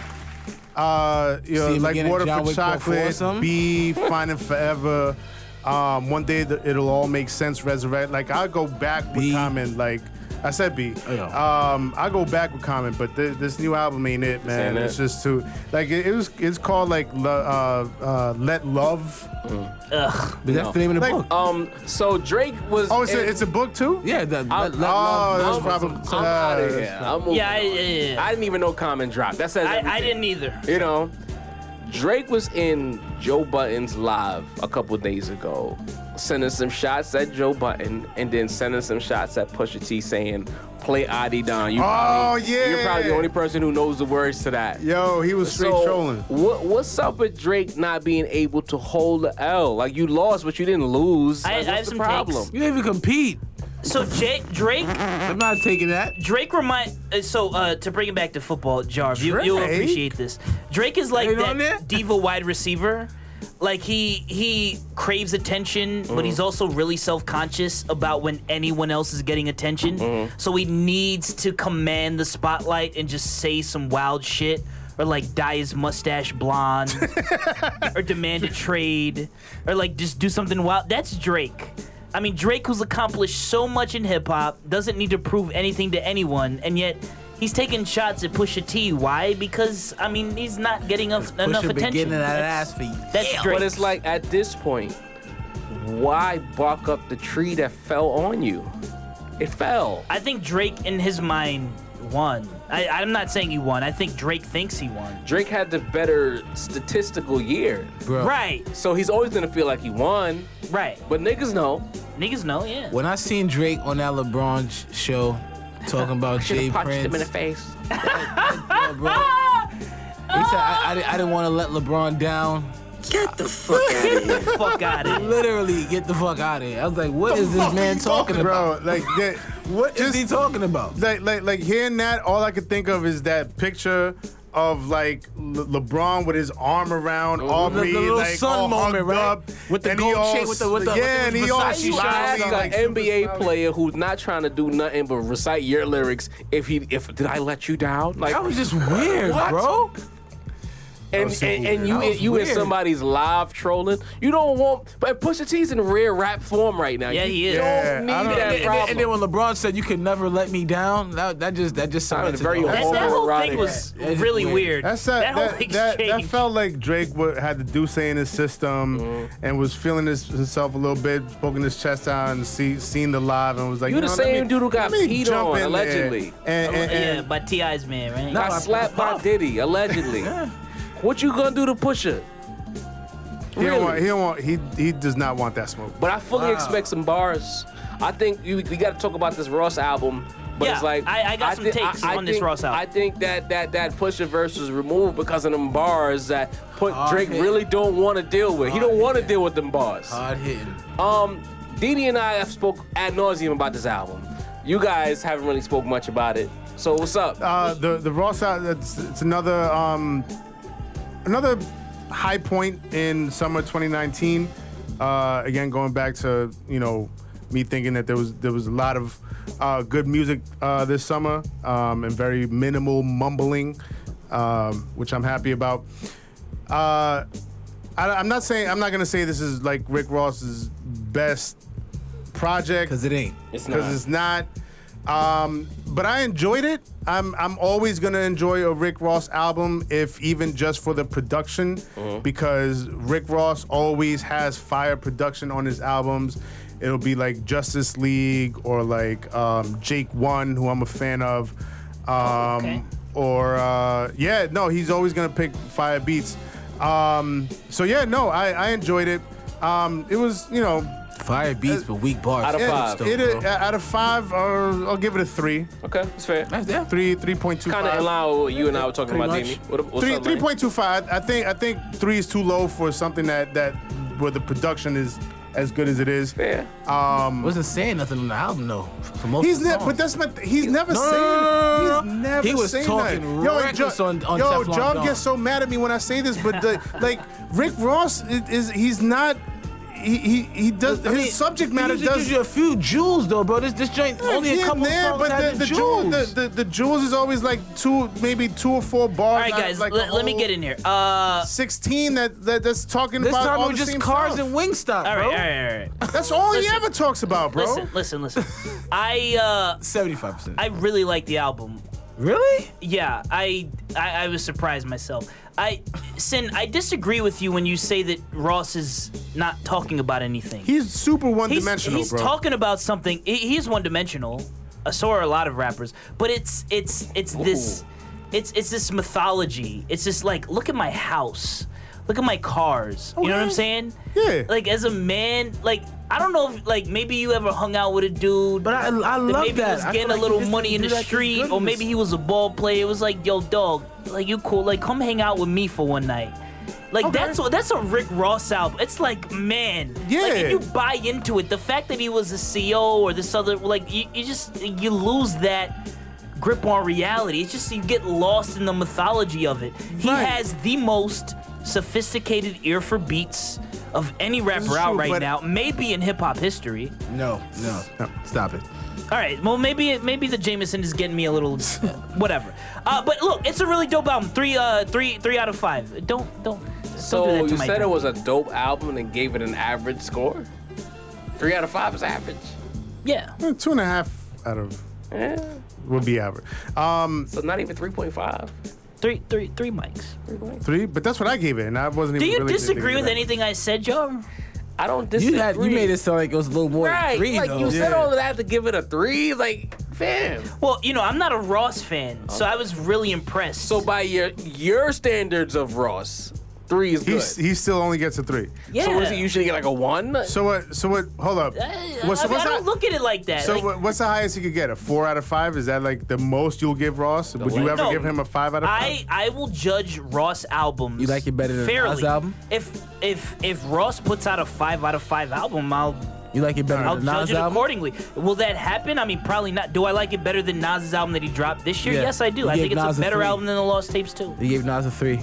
Uh, you know, See him like again at Water John for Wick Part four or Chocolate, something? Be Fine and Forever. Um, one day the, it'll all make sense. Resurrect. Like I go back with B. Common. Like I said, B. yeah. Um, I go back with Common, but th- this new album ain't it, man. ain't It's it. just too like it, it was. It's called like Lo- uh, uh, Let Love. Ugh. But that's the name of the Like- book. Um, so Drake was. Oh, it's in- a, it's a book too. yeah, the, I'm- let, let Oh, love- that's I'm- probably. I'm out uh, of here. I'm moving Yeah, I- on. yeah, yeah. I didn't even know Common dropped. That says I, I everything. didn't either. You know, Drake was in Joe Button's live a couple days ago, sending some shots at Joe Button and then sending some shots at Pusha T saying, play Adi Don. You oh, yeah. You're probably the only person who knows the words to that. Yo, he was straight trolling. What, what's up with Drake not being able to hold the L? Like you lost, but you didn't lose. I- Like, I what's have the some problem? takes. you didn't even compete. So Jake, Drake, Mm. I'm not taking that. Drake remind. uh, So uh, to bring it back to football, Jarv, you, you'll Drake? appreciate this. Drake is like Ain't on there? that diva wide receiver. Like he he craves attention, but he's Mm-hmm. also really self conscious about when anyone else is getting attention. Mm-hmm. So he needs to command the spotlight and just say some wild shit. Or like dye his mustache blonde, or demand a trade, or like just do something wild. That's Drake. I mean, Drake, who's accomplished so much in hip hop, doesn't need to prove anything to anyone, and yet he's taking shots at Pusha T. Why? Because I mean, he's not getting enough, enough Pusha been attention. getting that that's ass for you. that's Drake. But it's like at this point, why bark up the tree that fell on you? It fell. I think Drake, in his mind, won. I, I'm not saying he won. I think Drake thinks he won. Drake had the better statistical year. Bro. Right, So he's always gonna feel like he won. right. But niggas know. Niggas know, yeah. When I seen Drake on that LeBron sh- show talking about Jay Should've punched Prince, him in the face. Oh, yeah, bro, he said I, I, di- I didn't want to let LeBron down. Get the fuck out of here. Fuck out of here. Literally, get the fuck out of here. I was like, what is this man talking about? bro? Like that. What is he talking about? like, like, like hearing that, all I could think of is that picture of like Le- LeBron with his arm around Aubrey, the little like sun all moment, hugged right? up, With the and he gold all chain, with the- with the- yeah, with the and he all Versace You She should smiling, ask an like, super NBA smiling. player who's not trying to do nothing but recite your lyrics. If he, if did I let you down? Like, That was just weird, What? bro. and, was and, super and you, weird. That was you in weird. somebody's live trolling. You don't want. But Pusha T's in rare rap form right now. Yeah, you he is. Yeah, Don't I need don't- that And then, problem. and then when LeBron said you could never let me down, that, that just that just sounded Sounded very wrong. That, that whole thing Homoerotic. was Yeah, it's really weird. weird. That's that. whole That, thing's that, that changed. felt like Drake wa- had the Deuce in his system and was feeling his, himself a little bit, poking his chest out and see, seen the live and was like, You you the know, same let me, dude who got let me peed jump on, in there." allegedly. And, and, Oh, yeah, and, by T.I.'s man, right? No, got slapped by Puff. Diddy allegedly. What you gonna do to Pusha? he, Really? don't want, he don't want. He he does not want that smoke. But I fully expect some bars. I think you, we got to talk about this Ross album. But Yeah, it's like I- I got some thi- takes on this think- Ross album. I think that that that Pusha verse was removed because of them bars that put Oh, Hard Drake hit. really don't want to deal with. he don't Hard want to hit. deal with them bars. Hard hitting. Um, Didi and I have spoke ad nauseum about this album. You guys haven't really spoke much about it. So what's up? uh, the the Ross out. It's, it's another um, another high point in summer 2019. Uh, again, going back to you know me thinking that there was there was a lot of uh, good music uh, this summer um, and very minimal mumbling, um, which I'm happy about. Uh, I, I'm not saying I'm not gonna say this is like Rick Ross's best project Cause it ain't. it's because it's not. Um, but I enjoyed it. I'm I'm always gonna enjoy a Rick Ross album, if even just for the production, because Rick Ross always has fire production on his albums. It'll be like Justice League or like um, Jake One, who I'm a fan of. Um, okay. Or uh, yeah, no, he's always gonna pick fire beats. Um, so yeah, no, I, I enjoyed it. Um, it was you know Fire beats, but weak bars. Out of That's five. dope, it, bro. uh, out of five, uh, I'll give it a three. okay, it's fair. That's yeah. Three, three point two Kind of in five. line with what you and I were talking Pretty about, much. Dini. What, what's Three, up, three man? point two five. I think, I think three is too low for something that that where the production is as good as it is. Um, Yeah. Wasn't saying nothing on the album though. For most He's of the ne- songs. but that's not. He's never No, no, saying. no, no, no, He's no. never. He was saying talking that. reckless John- on- on yo, Teflon John Don. gets so mad at me when I say this, but the, like Rick Ross is, is he's not. He he, he does I his mean, subject he matter usually gives does. you a few jewels though, bro. This this joint only a Yeah, couple man, songs but had the, the, the, jewel, jewels. the, the the jewels is always like two, maybe two or four bars. All right, guys, like a let, let me whole get in here. Uh, Sixteen that, that that's talking this about time all it the was just same cars stuff. and all Wingstop, right, bro. all right, all right. That's all Listen. he ever talks about, bro. Listen, listen, listen. I uh, Seventy-five percent. I really like the album. Really? Yeah, I, I I was surprised myself. I Sin, I disagree with you when you say that Ross is not talking about anything. He's super he's, one-dimensional, he's bro. talking about something. He, he's one-dimensional. I saw a lot of rappers, but it's it's it's this, it's it's this mythology. It's just like look at my house, look at my cars. You know what I'm saying? Yeah. Like as a man, like I don't know if like maybe you ever hung out with a dude, But I- I love maybe that. he was I feel getting like a he little just money in the didn't do that to street, or goodness. maybe he was a ball player. It was like, yo, dog, like you cool, like come hang out with me for one night. Like that's what that's a Rick Ross album. It's like man, like Yeah. if you buy into it, the fact that he was a CO or this other, like you, you just you lose that grip on reality. It's just you get lost in the mythology of it. He Right. has the most sophisticated ear for beats of any rapper is out true, right but- now, maybe in hip hop history. No, no, no. Stop it. All right. Well, maybe maybe the Jameson is getting me a little whatever. Uh, but look, it's a really dope album. Three uh three three out of five. Don't don't. don't do that So to you my said it guy. was a dope album and gave it an average score. Three out of five is average. yeah. Eh, Two and a half out of Yeah. would be average. Um, So not even 3.5. Three three three mics. three, but that's what I gave it, and I wasn't Do even. you really disagree thinking with about it. anything I said, Joe? I don't You disagree. had you made it sound like it was a little more right. than three. like though. you said Yeah. all of that to give it a three. Like, fam. Well, you know, I'm not a Ross fan, so I was really impressed. So by your your standards of Ross, three is good. He's, he still only gets a three. yeah. So what does he usually get like a one? So what? So what? Hold up. I, I- What's, I what's don't the- look at it like that. so Like, what- what's the highest you could get? A four out of five? Is that like the most you'll give Ross? Would you late- ever No. give him a five out of five? I I will judge Ross albums. You like it better than fairly. Nas album? If if if Ross puts out a five out of five album, I'll You like it better I'll than judge Nas it album? accordingly. Will that happen? I mean, probably not. Do I like it better than Nas's album that he dropped this year? Yeah. Yes, I do. You I gave think it's Nas a a better three. album than the Lost Tapes too. You gave Nas a three.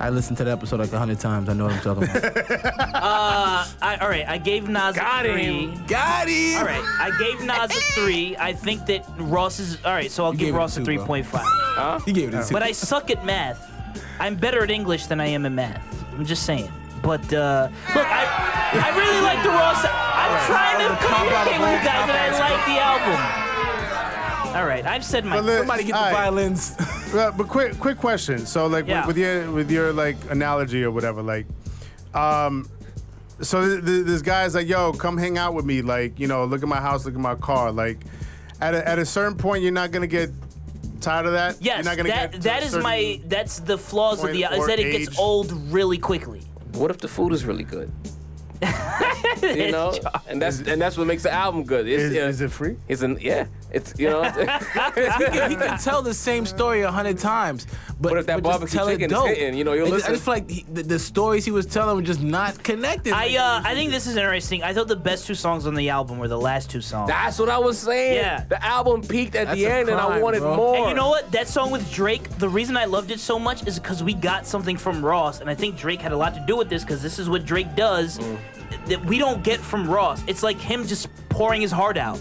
I listened to the episode like hundred times. I know what I'm talking about. I, all right, I gave Nas Got a three. him. Got him. All right, I gave Nas a three. I think that Ross is all right. So I'll gave give it Ross a a two, three bro. point five. he gave it a two. but I suck at math. I'm better at English than I am at math. I'm just saying. But uh, look, I I really like the Ross. I'm trying to communicate with you guys, and I like the album. All right, I've said my. But let- Somebody get the all right. violins. Uh, but quick, quick question. So like Yeah. with, with your with your like analogy or whatever, like, um, so th- th- this guy's like, yo, come hang out with me. Like, you know, look at my house, look at my car. Like, at a, at a certain point, you're not gonna get tired of that. Yes, you're not gonna that get to a that is certain- my that's the flaws of point the is or that it gets age. old really quickly. What if the food is really good? you know, and that's and that's what makes the album good. It's, Is, yeah, is it free? It's an yeah. It's you know. he, can, he can tell the same story a hundred times, but, What if that but just barbecue tell it chicken is dope. hitting? You know, you'll I just, I listen. just feel like he, the, the stories he was telling were just not connected. I Like, uh I think this is interesting. I thought the best two songs on the album were the last two songs. that's what I was saying. Yeah. The album peaked at That's the a end, and I crime, wanted bro. more. and you know what? That song with Drake, the reason I loved it so much is because we got something from Ross, and I think Drake had a lot to do with this because this is what Drake does Mm. that we don't get from Ross. It's like him just pouring his heart out.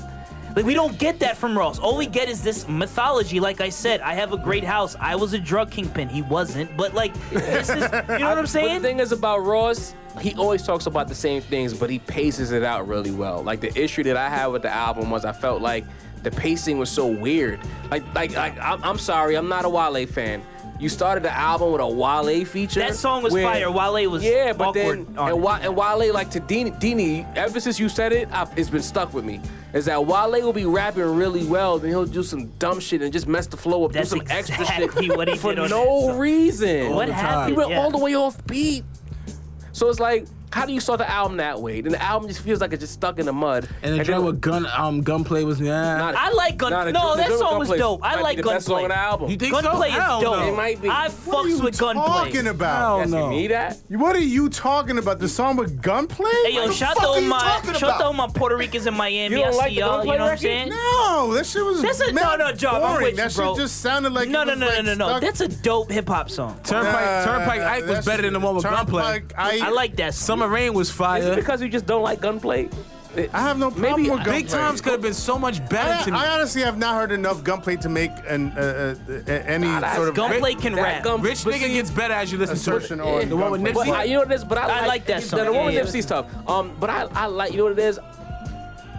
Like we don't get that from Ross. All we get is this mythology. Like I said, I have a great house. I was a drug kingpin. He wasn't, but like this is. You know what I'm But saying? the thing is about Ross, he always talks about the same things, but he paces it out really well. Like the issue that I had with the album was I felt like the pacing was so weird. Like, like, like I'm, I'm sorry, I'm not a Wale fan. You started the album with a Wale feature. That song was where- fire. Wale was yeah, but awkward then on it. and, Wa- and Wale like to Dini, Dini. Ever since you said it, I've, it's been stuck with me. Is that Wale will be rapping really well, then he'll do some dumb shit and just mess the flow up, That's do some extra exactly shit what he for did on that no song. reason. What the time. happened? He went Yeah. all the way off beat. So it's like How do you start the album that way? Then the album just feels like it's just stuck in the mud. And the then- joint with gun um gunplay was nah. Not- I like Gun- Nah, the- no, the that joint with song was Gunplay dope. I might be like the best song Gunplay. on the album. You think Gunplay so? Hell is dope. no. It might be. I What are fucks you with Gunplay. talking about? Hell asking no. me that? What are you talking about? The song with gunplay? Hey yo, What the shout fuck out are to you my talking shout out to all about? my Puerto Ricans in Miami. You don't I see like the y'all. You Gunplay know what I'm record? saying? No, that shit was That's a no, mad no, job. I'm boring. with you, that bro. shit just sounded like No, it no, was no, no, like no, no. stuck- That's a dope hip hop song. Turnpike, Nah, Turnpike Ike was that better than the one with shit- Gunplay. Turnpike Ike- I like that. song. Summer Rain was Is it fire. because you just don't like Gunplay? It- I have no problem Maybe with gunplay. Big Times could have been so much better I, to me. I honestly have not heard enough gunplay to make an uh, uh, uh, any that's sort of Gunplay can that rap. Gun- Rich but nigga see- gets better as you listen assertion to it. on the one with gunplay. Nipsey. But I, you know what it is, but I, like that song. The one with Yeah, yeah. Nipsey's tough. Um, but I, I like you know what it is.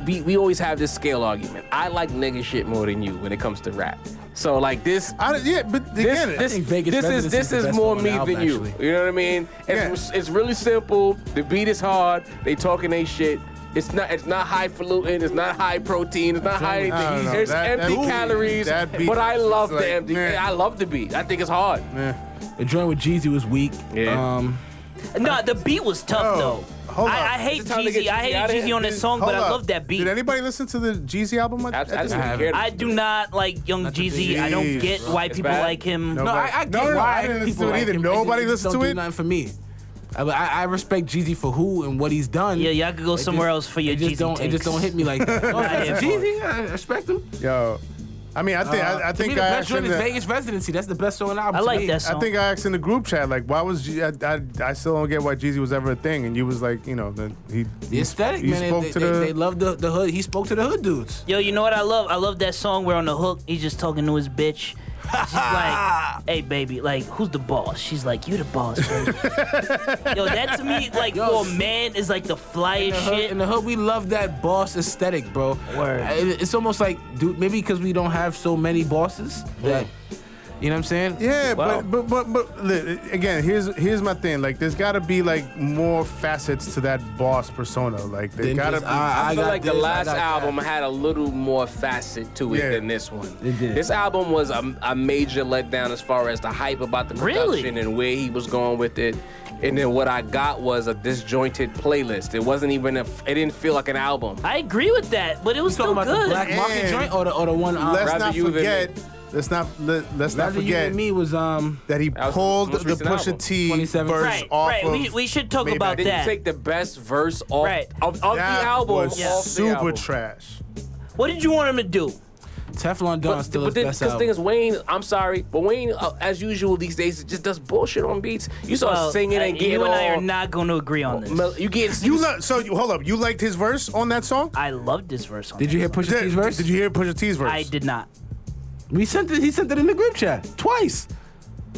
We, we always have this scale argument. I like nigga shit more than you when it comes to rap. So like this, I, don't- yeah, but this again, this, think Vegas this is Residency this is the is best more song on me the album, than you. actually. You know what I mean? It's Yeah. it's really simple. The beat is hard. They talking they shit. It's not it's not highfalutin. It's not high protein. It's not high I don't anything. know. It's That- empty that beat- calories. that beat but I is love like, the empty. meh. I love the beat. I think it's hard. The joint with Jeezy was weak. Yeah. Um, Nah, the beat was tough Yo, though. hold up. I, I Is hate it time to get Jeezy. I Jeezy hated outta here? Jeezy on this song, Hold but I up. love that beat. Did anybody listen to the Jeezy album? at- I, I at this just point? don't haven't. care. I do not like Young Jeezy. I don't Jeez, get bro. why It's people bad. like him. no, but- I, I get no, no, no, why I didn't listen people to it like either. him. Nobody just listened don't to do it. Nothing for me. I, I, I respect Jeezy for who and what he's done. Yeah, y'all could go It somewhere else for your it just Jeezy Don't, it takes. just don't hit me like that. No offense to here for Jeezy, I respect him. Yo, I mean, I think I, I Uh, to me, think the I best asked joint in is the, Vegas Residency. That's the best song on the album. I to like me. that song. I think I asked in the group chat like, why was G- I, I, I still don't get why Jeezy was ever a thing, and you was like, you know, the, he The aesthetic, he man. spoke they, to they, the they love the, the hood. He spoke to the hood dudes. Yo, you know what I love? I love that song where on the hook he's just talking to his bitch. She's like, "Hey, baby, like, who's the boss?" She's like, "You the boss." Baby. Yo, that to me, like, Yo, for a man, is like the flyest In the, hood, shit. in the hood, we love that boss aesthetic, bro. Word. I- It's almost like, dude, maybe because we don't have so many bosses that, you know what I'm saying? Yeah, Wow. but but but but li- again, here's here's my thing. Like, there's got to be like more facets to that boss persona. Like, there Then got to just, be. I, I feel got like the this, I last got that. album had a little more facet to it Yeah. than this one. It did. This album was a, a major letdown as far as the hype about the Really? production and where he was going with it. And then what I got was a disjointed playlist. It wasn't even a. It didn't feel like an album. I agree with that, but it was You still talking about good. the black market And joint or the, or the one? Um, let's Rather not You Than forget. Me. Let's not let, let's not Rather You forget Than me was um. that he was pulled the most the recent album, Pusha T verse 27. Right, off right. of. We- we should talk Maybach. about They that. take the best verse off Right. of, of the That album. was off the super album. trash. What did you want him to do? Teflon Don But, still but his then, best because the thing album. is, Wayne, I'm sorry, but Wayne, uh, as usual these days, just does bullshit on beats. You start Oh, Well, singing uh, and getting you and I all- are not going to agree on this. mel- You get You lo- so you, hold up. You liked his verse on that song? I loved this verse. On Did you hear that song. Pusha T's verse? Did you hear Pusha T's verse? I did not. We sent it. He sent it in the group chat twice.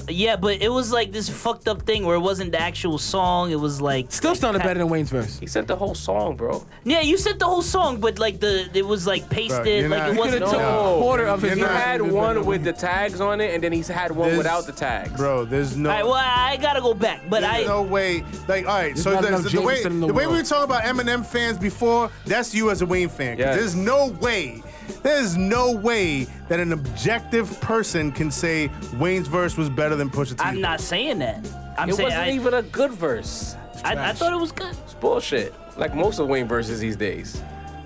Yeah, but it was like this fucked up thing where it wasn't the actual song. It was like Still like, sounded kind- better than Wayne's verse. He sent the whole song, bro. Yeah, you said the whole song, but like the it was like pasted, you're like not- it You wasn't. could've took No. a quarter of his You're He not- verse. had one with the tags on it, and then he's had one There's- without the tags. Bro, there's no. All right, well, I gotta go back, but There's I no way. Like, all right. There's So not there's- enough the way Jameson in the the way we world. were talking about Eminem fans before, that's you as a Wayne fan. 'Cause Yes. There's no way. There's no way that an objective person can say Wayne's verse was better than Pusha T. I'm not saying that. I'm it saying wasn't I, even a good verse. I, I thought it was good. It's bullshit. Like most of Wayne verses these days.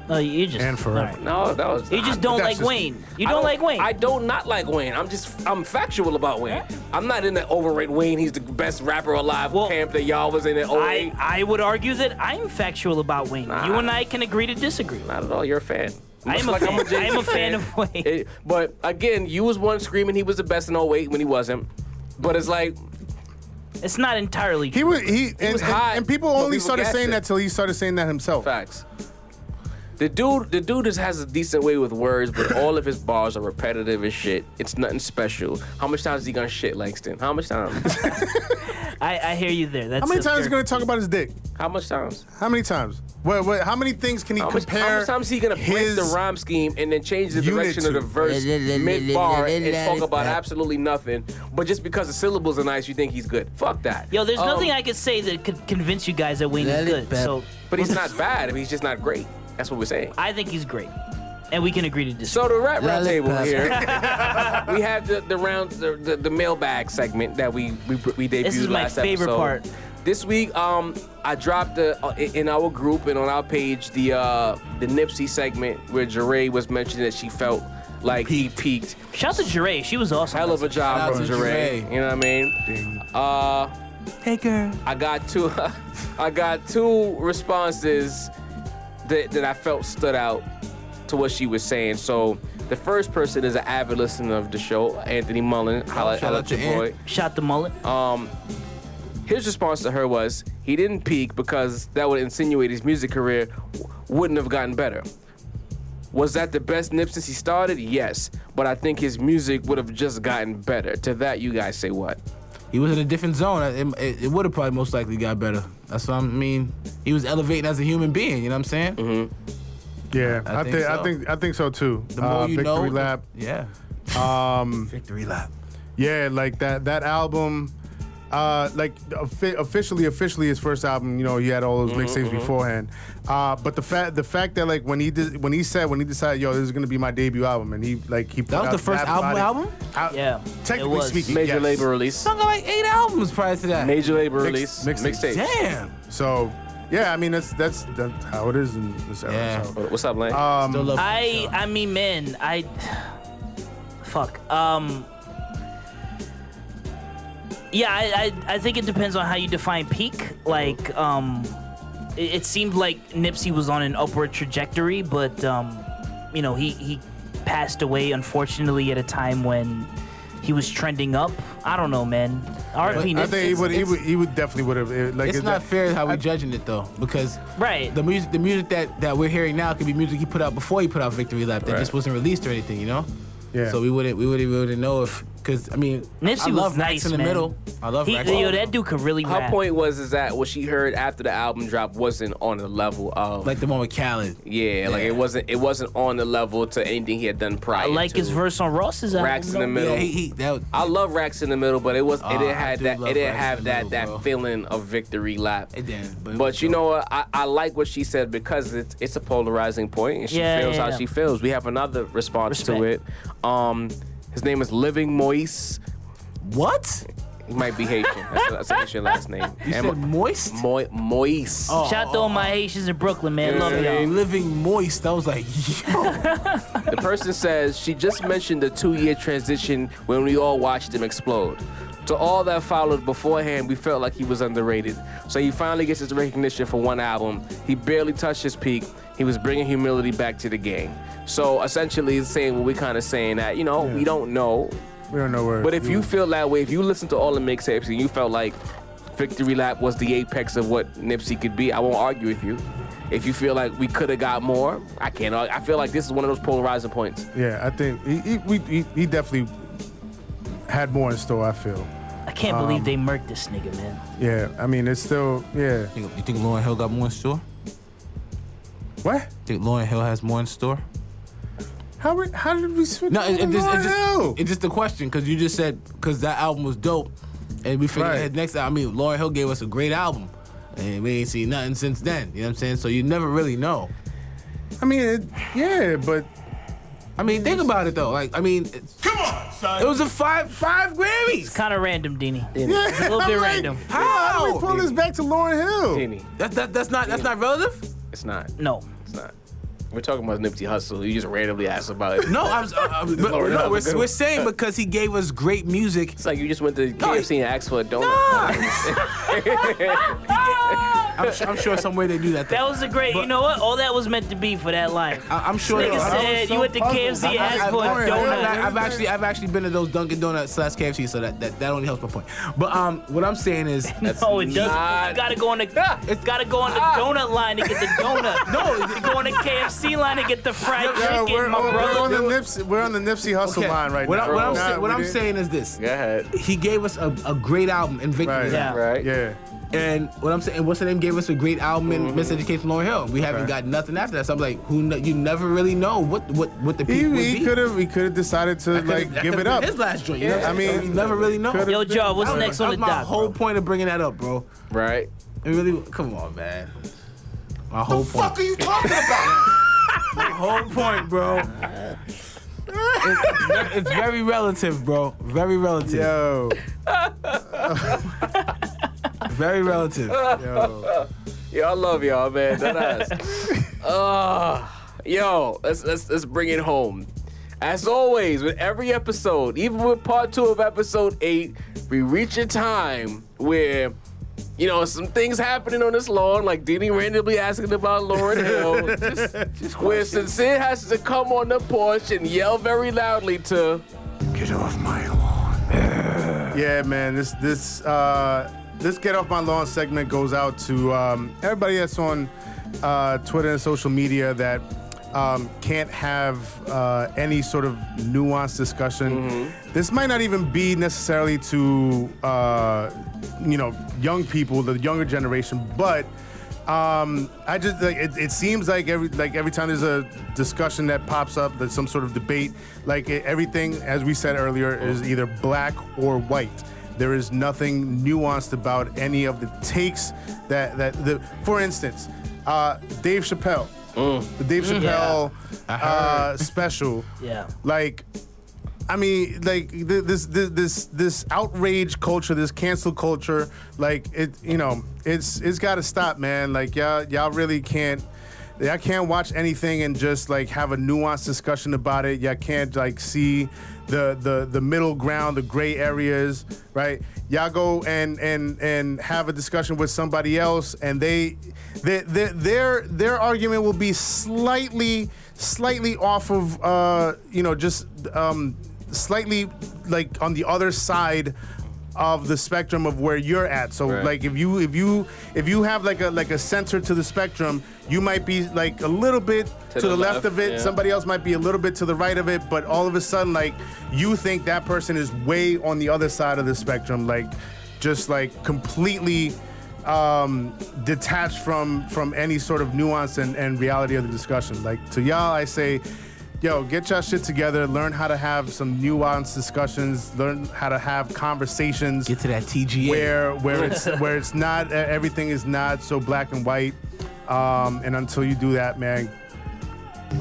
No, Oh, you just And forever. all right. No, that was. You just I- don't that's like just- Wayne. You I don't, like Wayne. I don't not like Wayne. I'm just I'm factual about Wayne. I'm not in the overrate Wayne. He's the best rapper alive Well, camp that y'all was in oh at 08. I, I would argue that I'm factual about Wayne. Nah. You and I can agree to disagree. Not at all. You're a fan. I am a Much fan. I am a Jay-Z fan of Wayne. It- but again, you was one screaming he was the best in 08 when he wasn't. But it's like It's not entirely He true. was he, and, was and- hot, and people but only people started gassed saying it. that till he started saying that himself. Facts. The dude, the dude just has a decent way with words, but all of his bars are repetitive as shit. It's nothing special. How much times is he gonna shit Langston? How much times? I, I hear you there. That's How many a times is he fair- gonna talk about his dick? How much times? How many times? What, what, how many things can he How much, compare? how much times is he gonna break his- the rhyme scheme and then change the direction of the unity? verse mid bar and talk about absolutely nothing? But just because the syllables are nice, you think he's good? Fuck that. Yo, there's Um, nothing I could say that could convince you guys that Wayne is good. So But he's not bad. I mean, he's just not great. That's what we're saying. I think he's great, and we can agree to disagree. So the rap round table here, we had the, the round the, the, the mailbag segment that we we, we debuted This is my last favorite episode. part. This week, um, I dropped the, uh, in in our group and on our page the uh, the Nipsey segment where Jeray was mentioning that she felt like he peaked. Shout out to Jeray. She was awesome. Hell of a job Shout from out to Jeray. Jeray. You know what I mean? Uh, Hey, girl. I got two. I got two responses that, that I felt stood out to what she was saying. So the first person is an avid listener of the show, Anthony Mullen. Holla, Shout holla out at your to Ant. boy. Shot the mullet. Uh, His response to her was, he didn't peak because that would insinuate his music career w- wouldn't have gotten better. Was that the best Nip since he started? Yes, but I think his music would have just gotten better. To that, you guys say what? He was in a different zone. It, it, would have probably most likely got better. That's what I mean. He was elevating as a human being. You know what I'm saying? Yeah, I I, think think I so. think I think so too. The more Uh, you Victory know. the- Lap. Yeah. Um. Victory lap. Yeah, like that that album. Uh, like offi- officially, officially his first album. You know, he had all those Mm-hmm, mixtapes beforehand. Uh, but the fact, the fact that like when he did, when he said, when he decided, yo, this is gonna be my debut album, and he like he put That was out the first Bad album Body- album? Al- Yeah, technically it was. speaking, Major yes. label release. Sung like eight albums prior to that. Major label release. Mix- Mixtape. mixtape. Damn. So, yeah, I mean that's that's, that's how it is in this era. Yeah. So. What's up, Lane? Still love I I mean, man, I fuck. Um, yeah, I, I I think it depends on how you define peak. Like, um, it, it seemed like Nipsey was on an upward trajectory, but um, you know, he he passed away unfortunately at a time when he was trending up. I don't know, man. R.I.P. I think he Nipsey. would, he it's- would, he would definitely would have. eh, Like It's it- not fair how we judging it though, because Right. the music the music that, that we're hearing now could be music he put out before he put out Victory Lap that Right. just wasn't released or anything, you know. Yeah. So we wouldn't we wouldn't we wouldn't know if because I mean Nipsey I was love Rax nice, in the man. middle. I love He, Rax. yo, that dude could really Her rap. point was is that what she heard after the album drop wasn't on the level of like the one with Khaled. yeah, like it wasn't it wasn't on the level to anything he had done prior. I like to. his verse on Ross's album. Racks in the middle. Yeah, he, he that I love Racks in the middle, but it was Oh, it I didn't had do that love it didn't Racks in have the that Middle, that bro. feeling of victory lap. it didn't. But, it was But you dope. know what? I, I like what she said because it's it's a polarizing point and she Yeah, feels yeah, how yeah. she feels. We have another response to it. Respect. Um his name is Living Moise. what He might be Haitian. That's, that's Haitian last name. you Am- said? Oh. Moist. Moi- Moise. Shout out to all my Haitians in Brooklyn, man. Yeah. Love y'all. Living moist. I was like, yo. The person says she just mentioned the two-year transition when we all watched him explode. To all that followed beforehand, we felt like he was underrated. So he finally gets his recognition for one album. He barely touched his peak. He was bringing humility back to the game. So essentially, it's saying what we're kind of saying that you know we don't know, We don't know where. but if he you would- feel that way, if you listen to all the mixtapes and you felt like Victory Lap was the apex of what Nipsey could be, I won't argue with you. If you feel like we could have got more, I can't. argue. I feel like this is one of those polarizing points. yeah, I think he, he, we, he, he definitely had more in store. I feel. I can't Um, believe they murked this nigga, man. Yeah, I mean it's still yeah. You think Lauren Hill got more in store? What? Think Lauren Hill has more in store? How we, how did we switch? No, to it, it, just, it, Lauryn Hill? just, it's just a question because you just said because that album was dope, and we figured Right. hey, next. I mean, Lauren Hill gave us a great album, and we ain't seen nothing since then. You know what I'm saying? So you never really know. I mean, it, yeah, but I mean, think about it though. Like, I mean, it's, come on, son. It was a five five Grammys. Kind of random, Dini. yeah, It's a little I'm bit like, random. How do How? we pull this back to Lauren Hill? Penny. That, that, that's not that's not relative. It's not. No. It's not. We're talking about Nipsey Hustle. You just randomly asked about it. No, I'm, I'm, but, Lauren no, Hill, we're, good we're one. saying because he gave us great music. It's like you just went to KFC and asked for a donut. I'm, su- I'm sure somewhere they do that. That was a great. You know what? All that was meant to be for that line. I, am sure. Nigga I- I- said was so you went to puzzled. KFC and I- I- asked for a Lauren, I- donut. I've, I've actually I've actually been to those Dunkin' Donuts slash KFC, so that, that that only helps my point. But um, what I'm saying is, That's no, it doesn't. not- You gotta go on the. It's gotta go on the donut line to get the donut. no, you go on the KFC line to get the fried Yeah, chicken, we're, my on- we're on brother. the Nipsey, we're on the Nipsey Hustle okay, line right what, I, now. what I'm, Nah, say- what we I'm didn't- saying is this: Go ahead. he gave us a, a great album in Victory, Right. Yeah. Right. Yeah. and what I'm saying, what's the name? Gave us a great album in Miseducation Lauren Hill. We haven't Mm-hmm. Okay. got nothing after that, so I'm like, who? kn- you never really know what what what the people would He, be. he could have he could have decided to That like could've give it been up. His last joint, you know what Yeah, I'm I saying? So mean, you never really know. could've- Yo, Jar, what's That next on That's the my dock? whole bro? point of bringing that up, bro. Right. It really, come on, man. My whole point. Fuck are you talking about? whole point, bro. it's, it's very relative, bro. Very relative. Yo, Very relative. Yo, I love y'all, man. That ass. uh, yo, let's, let's let's bring it home. As always, with every episode, even with part two of episode eight, we reach a time where you know some things happening on this lawn, like Dini randomly asking about Lauren Hill, just, where Sincere has to come on the porch and yell very loudly to Yeah, man. This this uh, this get off my lawn segment goes out to um, everybody that's on uh, Twitter and social media that um, can't have uh, any sort of nuanced discussion. This might not even be necessarily to uh, you know young people, the younger generation, but. Um, I just like it, it seems like every like every time there's a discussion that pops up, there's some sort of debate. Like it, everything, as we said earlier, is either black or white. There is nothing nuanced about any of the takes that that the. For instance, uh, Dave Chappelle, the Dave Chappelle uh, special. Yeah. Like, I mean, like th- this this this this outrage culture, this cancel culture, like it, you know, it's it's got to stop, man. Like y'all y'all really can't. Y'all can't watch anything and just like have a nuanced discussion about it. Y'all can't like see the the the middle ground, the gray areas, right? Y'all go and and and have a discussion with somebody else, and they, they, their their their argument will be slightly slightly off of uh you know just um slightly like on the other side of the spectrum of where you're at. So Right. like if you if you if you have like a like a center to the spectrum, you might be like a little bit to, the, left, of it. yeah. Somebody else might be a little bit to the right of it, but all of a sudden like you think that person is way on the other side of the spectrum, like just like completely um detached from from any sort of nuance and, and reality of the discussion like to y'all i say yo, get your shit together. Learn how to have some nuanced discussions. Learn how to have conversations Get to that TGA. where where it's where it's not uh, everything is not so black and white. Um, and until you do that, man,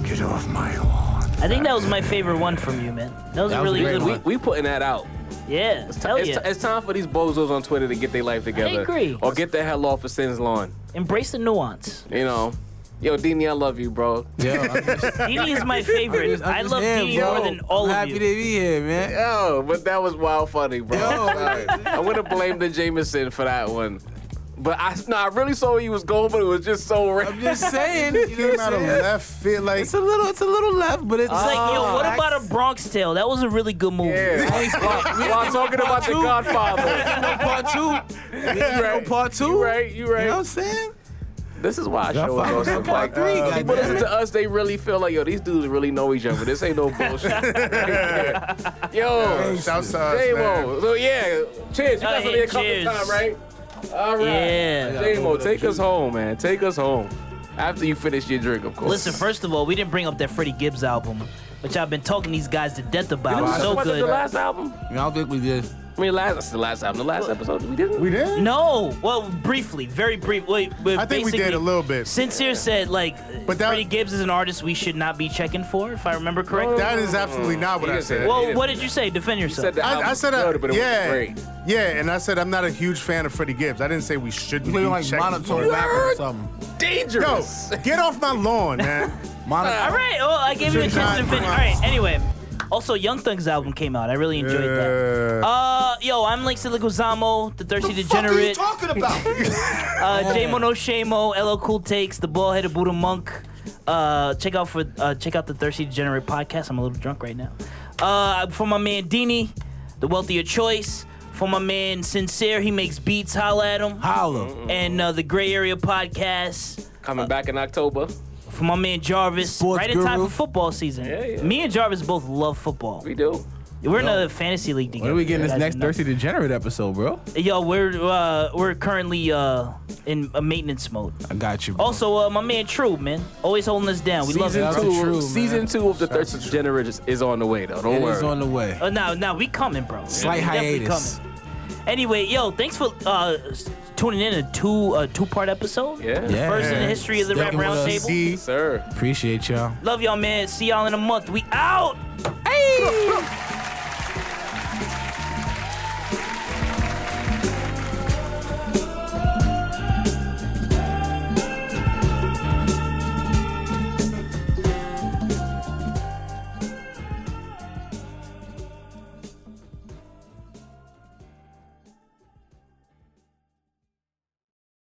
get off my lawn. I think that was my favorite one from you, man. That was That was a a really great good one. one. we, we putting that out. Yeah. Hell it's, yeah. it's time for these bozos on Twitter to get their life together. agree. Or get the hell off of Sin's lawn. Embrace the nuance. You know. Yo, Dini, I love you, bro. Yo, I'm just- Dini is my favorite. I'm I just love here, Dini bro. more than all I'm of happy you. to be here, man. Yo, but that was wild funny, bro. Yo. Sorry. I'm gonna blame the Jameson for that one. But I no, I really saw where you was going, but it was just so I'm random. just saying. You know Came what out I'm of saying? left field, like It's a little, it's a little left, but it's, It's like, Oh, yo, what about a Bronx Tale? That was a really good movie. Yeah. while, while talking about the Godfather. part two? You You know, part two. You right, you right. You know what I'm saying? this is why I show Godfather up was in something like part three, that. People goddamn listen it. to us, they really feel like, yo, these dudes really know each other. This ain't no bullshit. yo, shouts to us, man. J-Mo. So yeah, cheers. You Oh, guys yeah, only a couple cheers. times, right? All right. Yeah. J-Mo, take us home, man. Take us home. After you finish your drink, of course. Listen, first of all, we didn't bring up that Freddie Gibbs album, which I've been talking these guys to death Did about. we It's so talk about The good. last album. I don't think we did. I mean, last. That's the last album. The last episode. We didn't. we did. No, well, briefly, very brief. Wait, but I think we basically, did a little bit. Sincere said, like, But that- Freddie Gibbs is an artist we should not be checking for, if I remember correctly. That is absolutely not what He I didn't say said. that. well, what did you say? Defend yourself. said the album I, I said, was I, good, but it yeah, was great. yeah, and I said I'm not a huge fan of Freddie Gibbs. I didn't say we shouldn't We be were like checking for monotone it. rapper or something. Yo, Dangerous. get off my lawn, man. All Monotone. right. Well, I gave you a chance to Showtime. finish. All right. Anyway, also Young Thug's album came out. I really enjoyed that. Uh, yo, I'm Link Silicozamo, The Thirsty Degenerate, talking about? uh, J Mono Shamo, LL Cool Takes, The Ball Headed Buddha Monk. Uh, check out for uh, check out the Thirsty Degenerate podcast. I'm a little drunk right now. Uh, for my man Dini, The Wealthier Choice. For my man Sincere, he makes beats. Holla at him. Holla. And uh, the Gray Area podcast. Coming back in October. for my man Jarvis Sports right in time guru. for football season. Yeah, yeah. Me and Jarvis both love football. We do. We're in a fantasy league together. When are we getting this You guys next know. Thirsty Degenerate episode, bro? Yo, we're uh, we're currently uh, in a maintenance mode. I got you. Bro. Also, uh, my man True, man, always holding us down. We love Season him. That's Season True. two. true, man. season two of the Thirsty Degenerate is, is on the way, though. Don't it worry. is on the way. Uh, now, now we coming, bro. Slight We definitely hiatus. coming. Anyway, yo, thanks for uh, s- tuning in a two uh, two part episode. Yeah. The Yeah. First in the history of the Rap Sticking with us. Roundtable. See, Sir. Appreciate y'all. Love y'all, man. See y'all in a month. We out. Hey.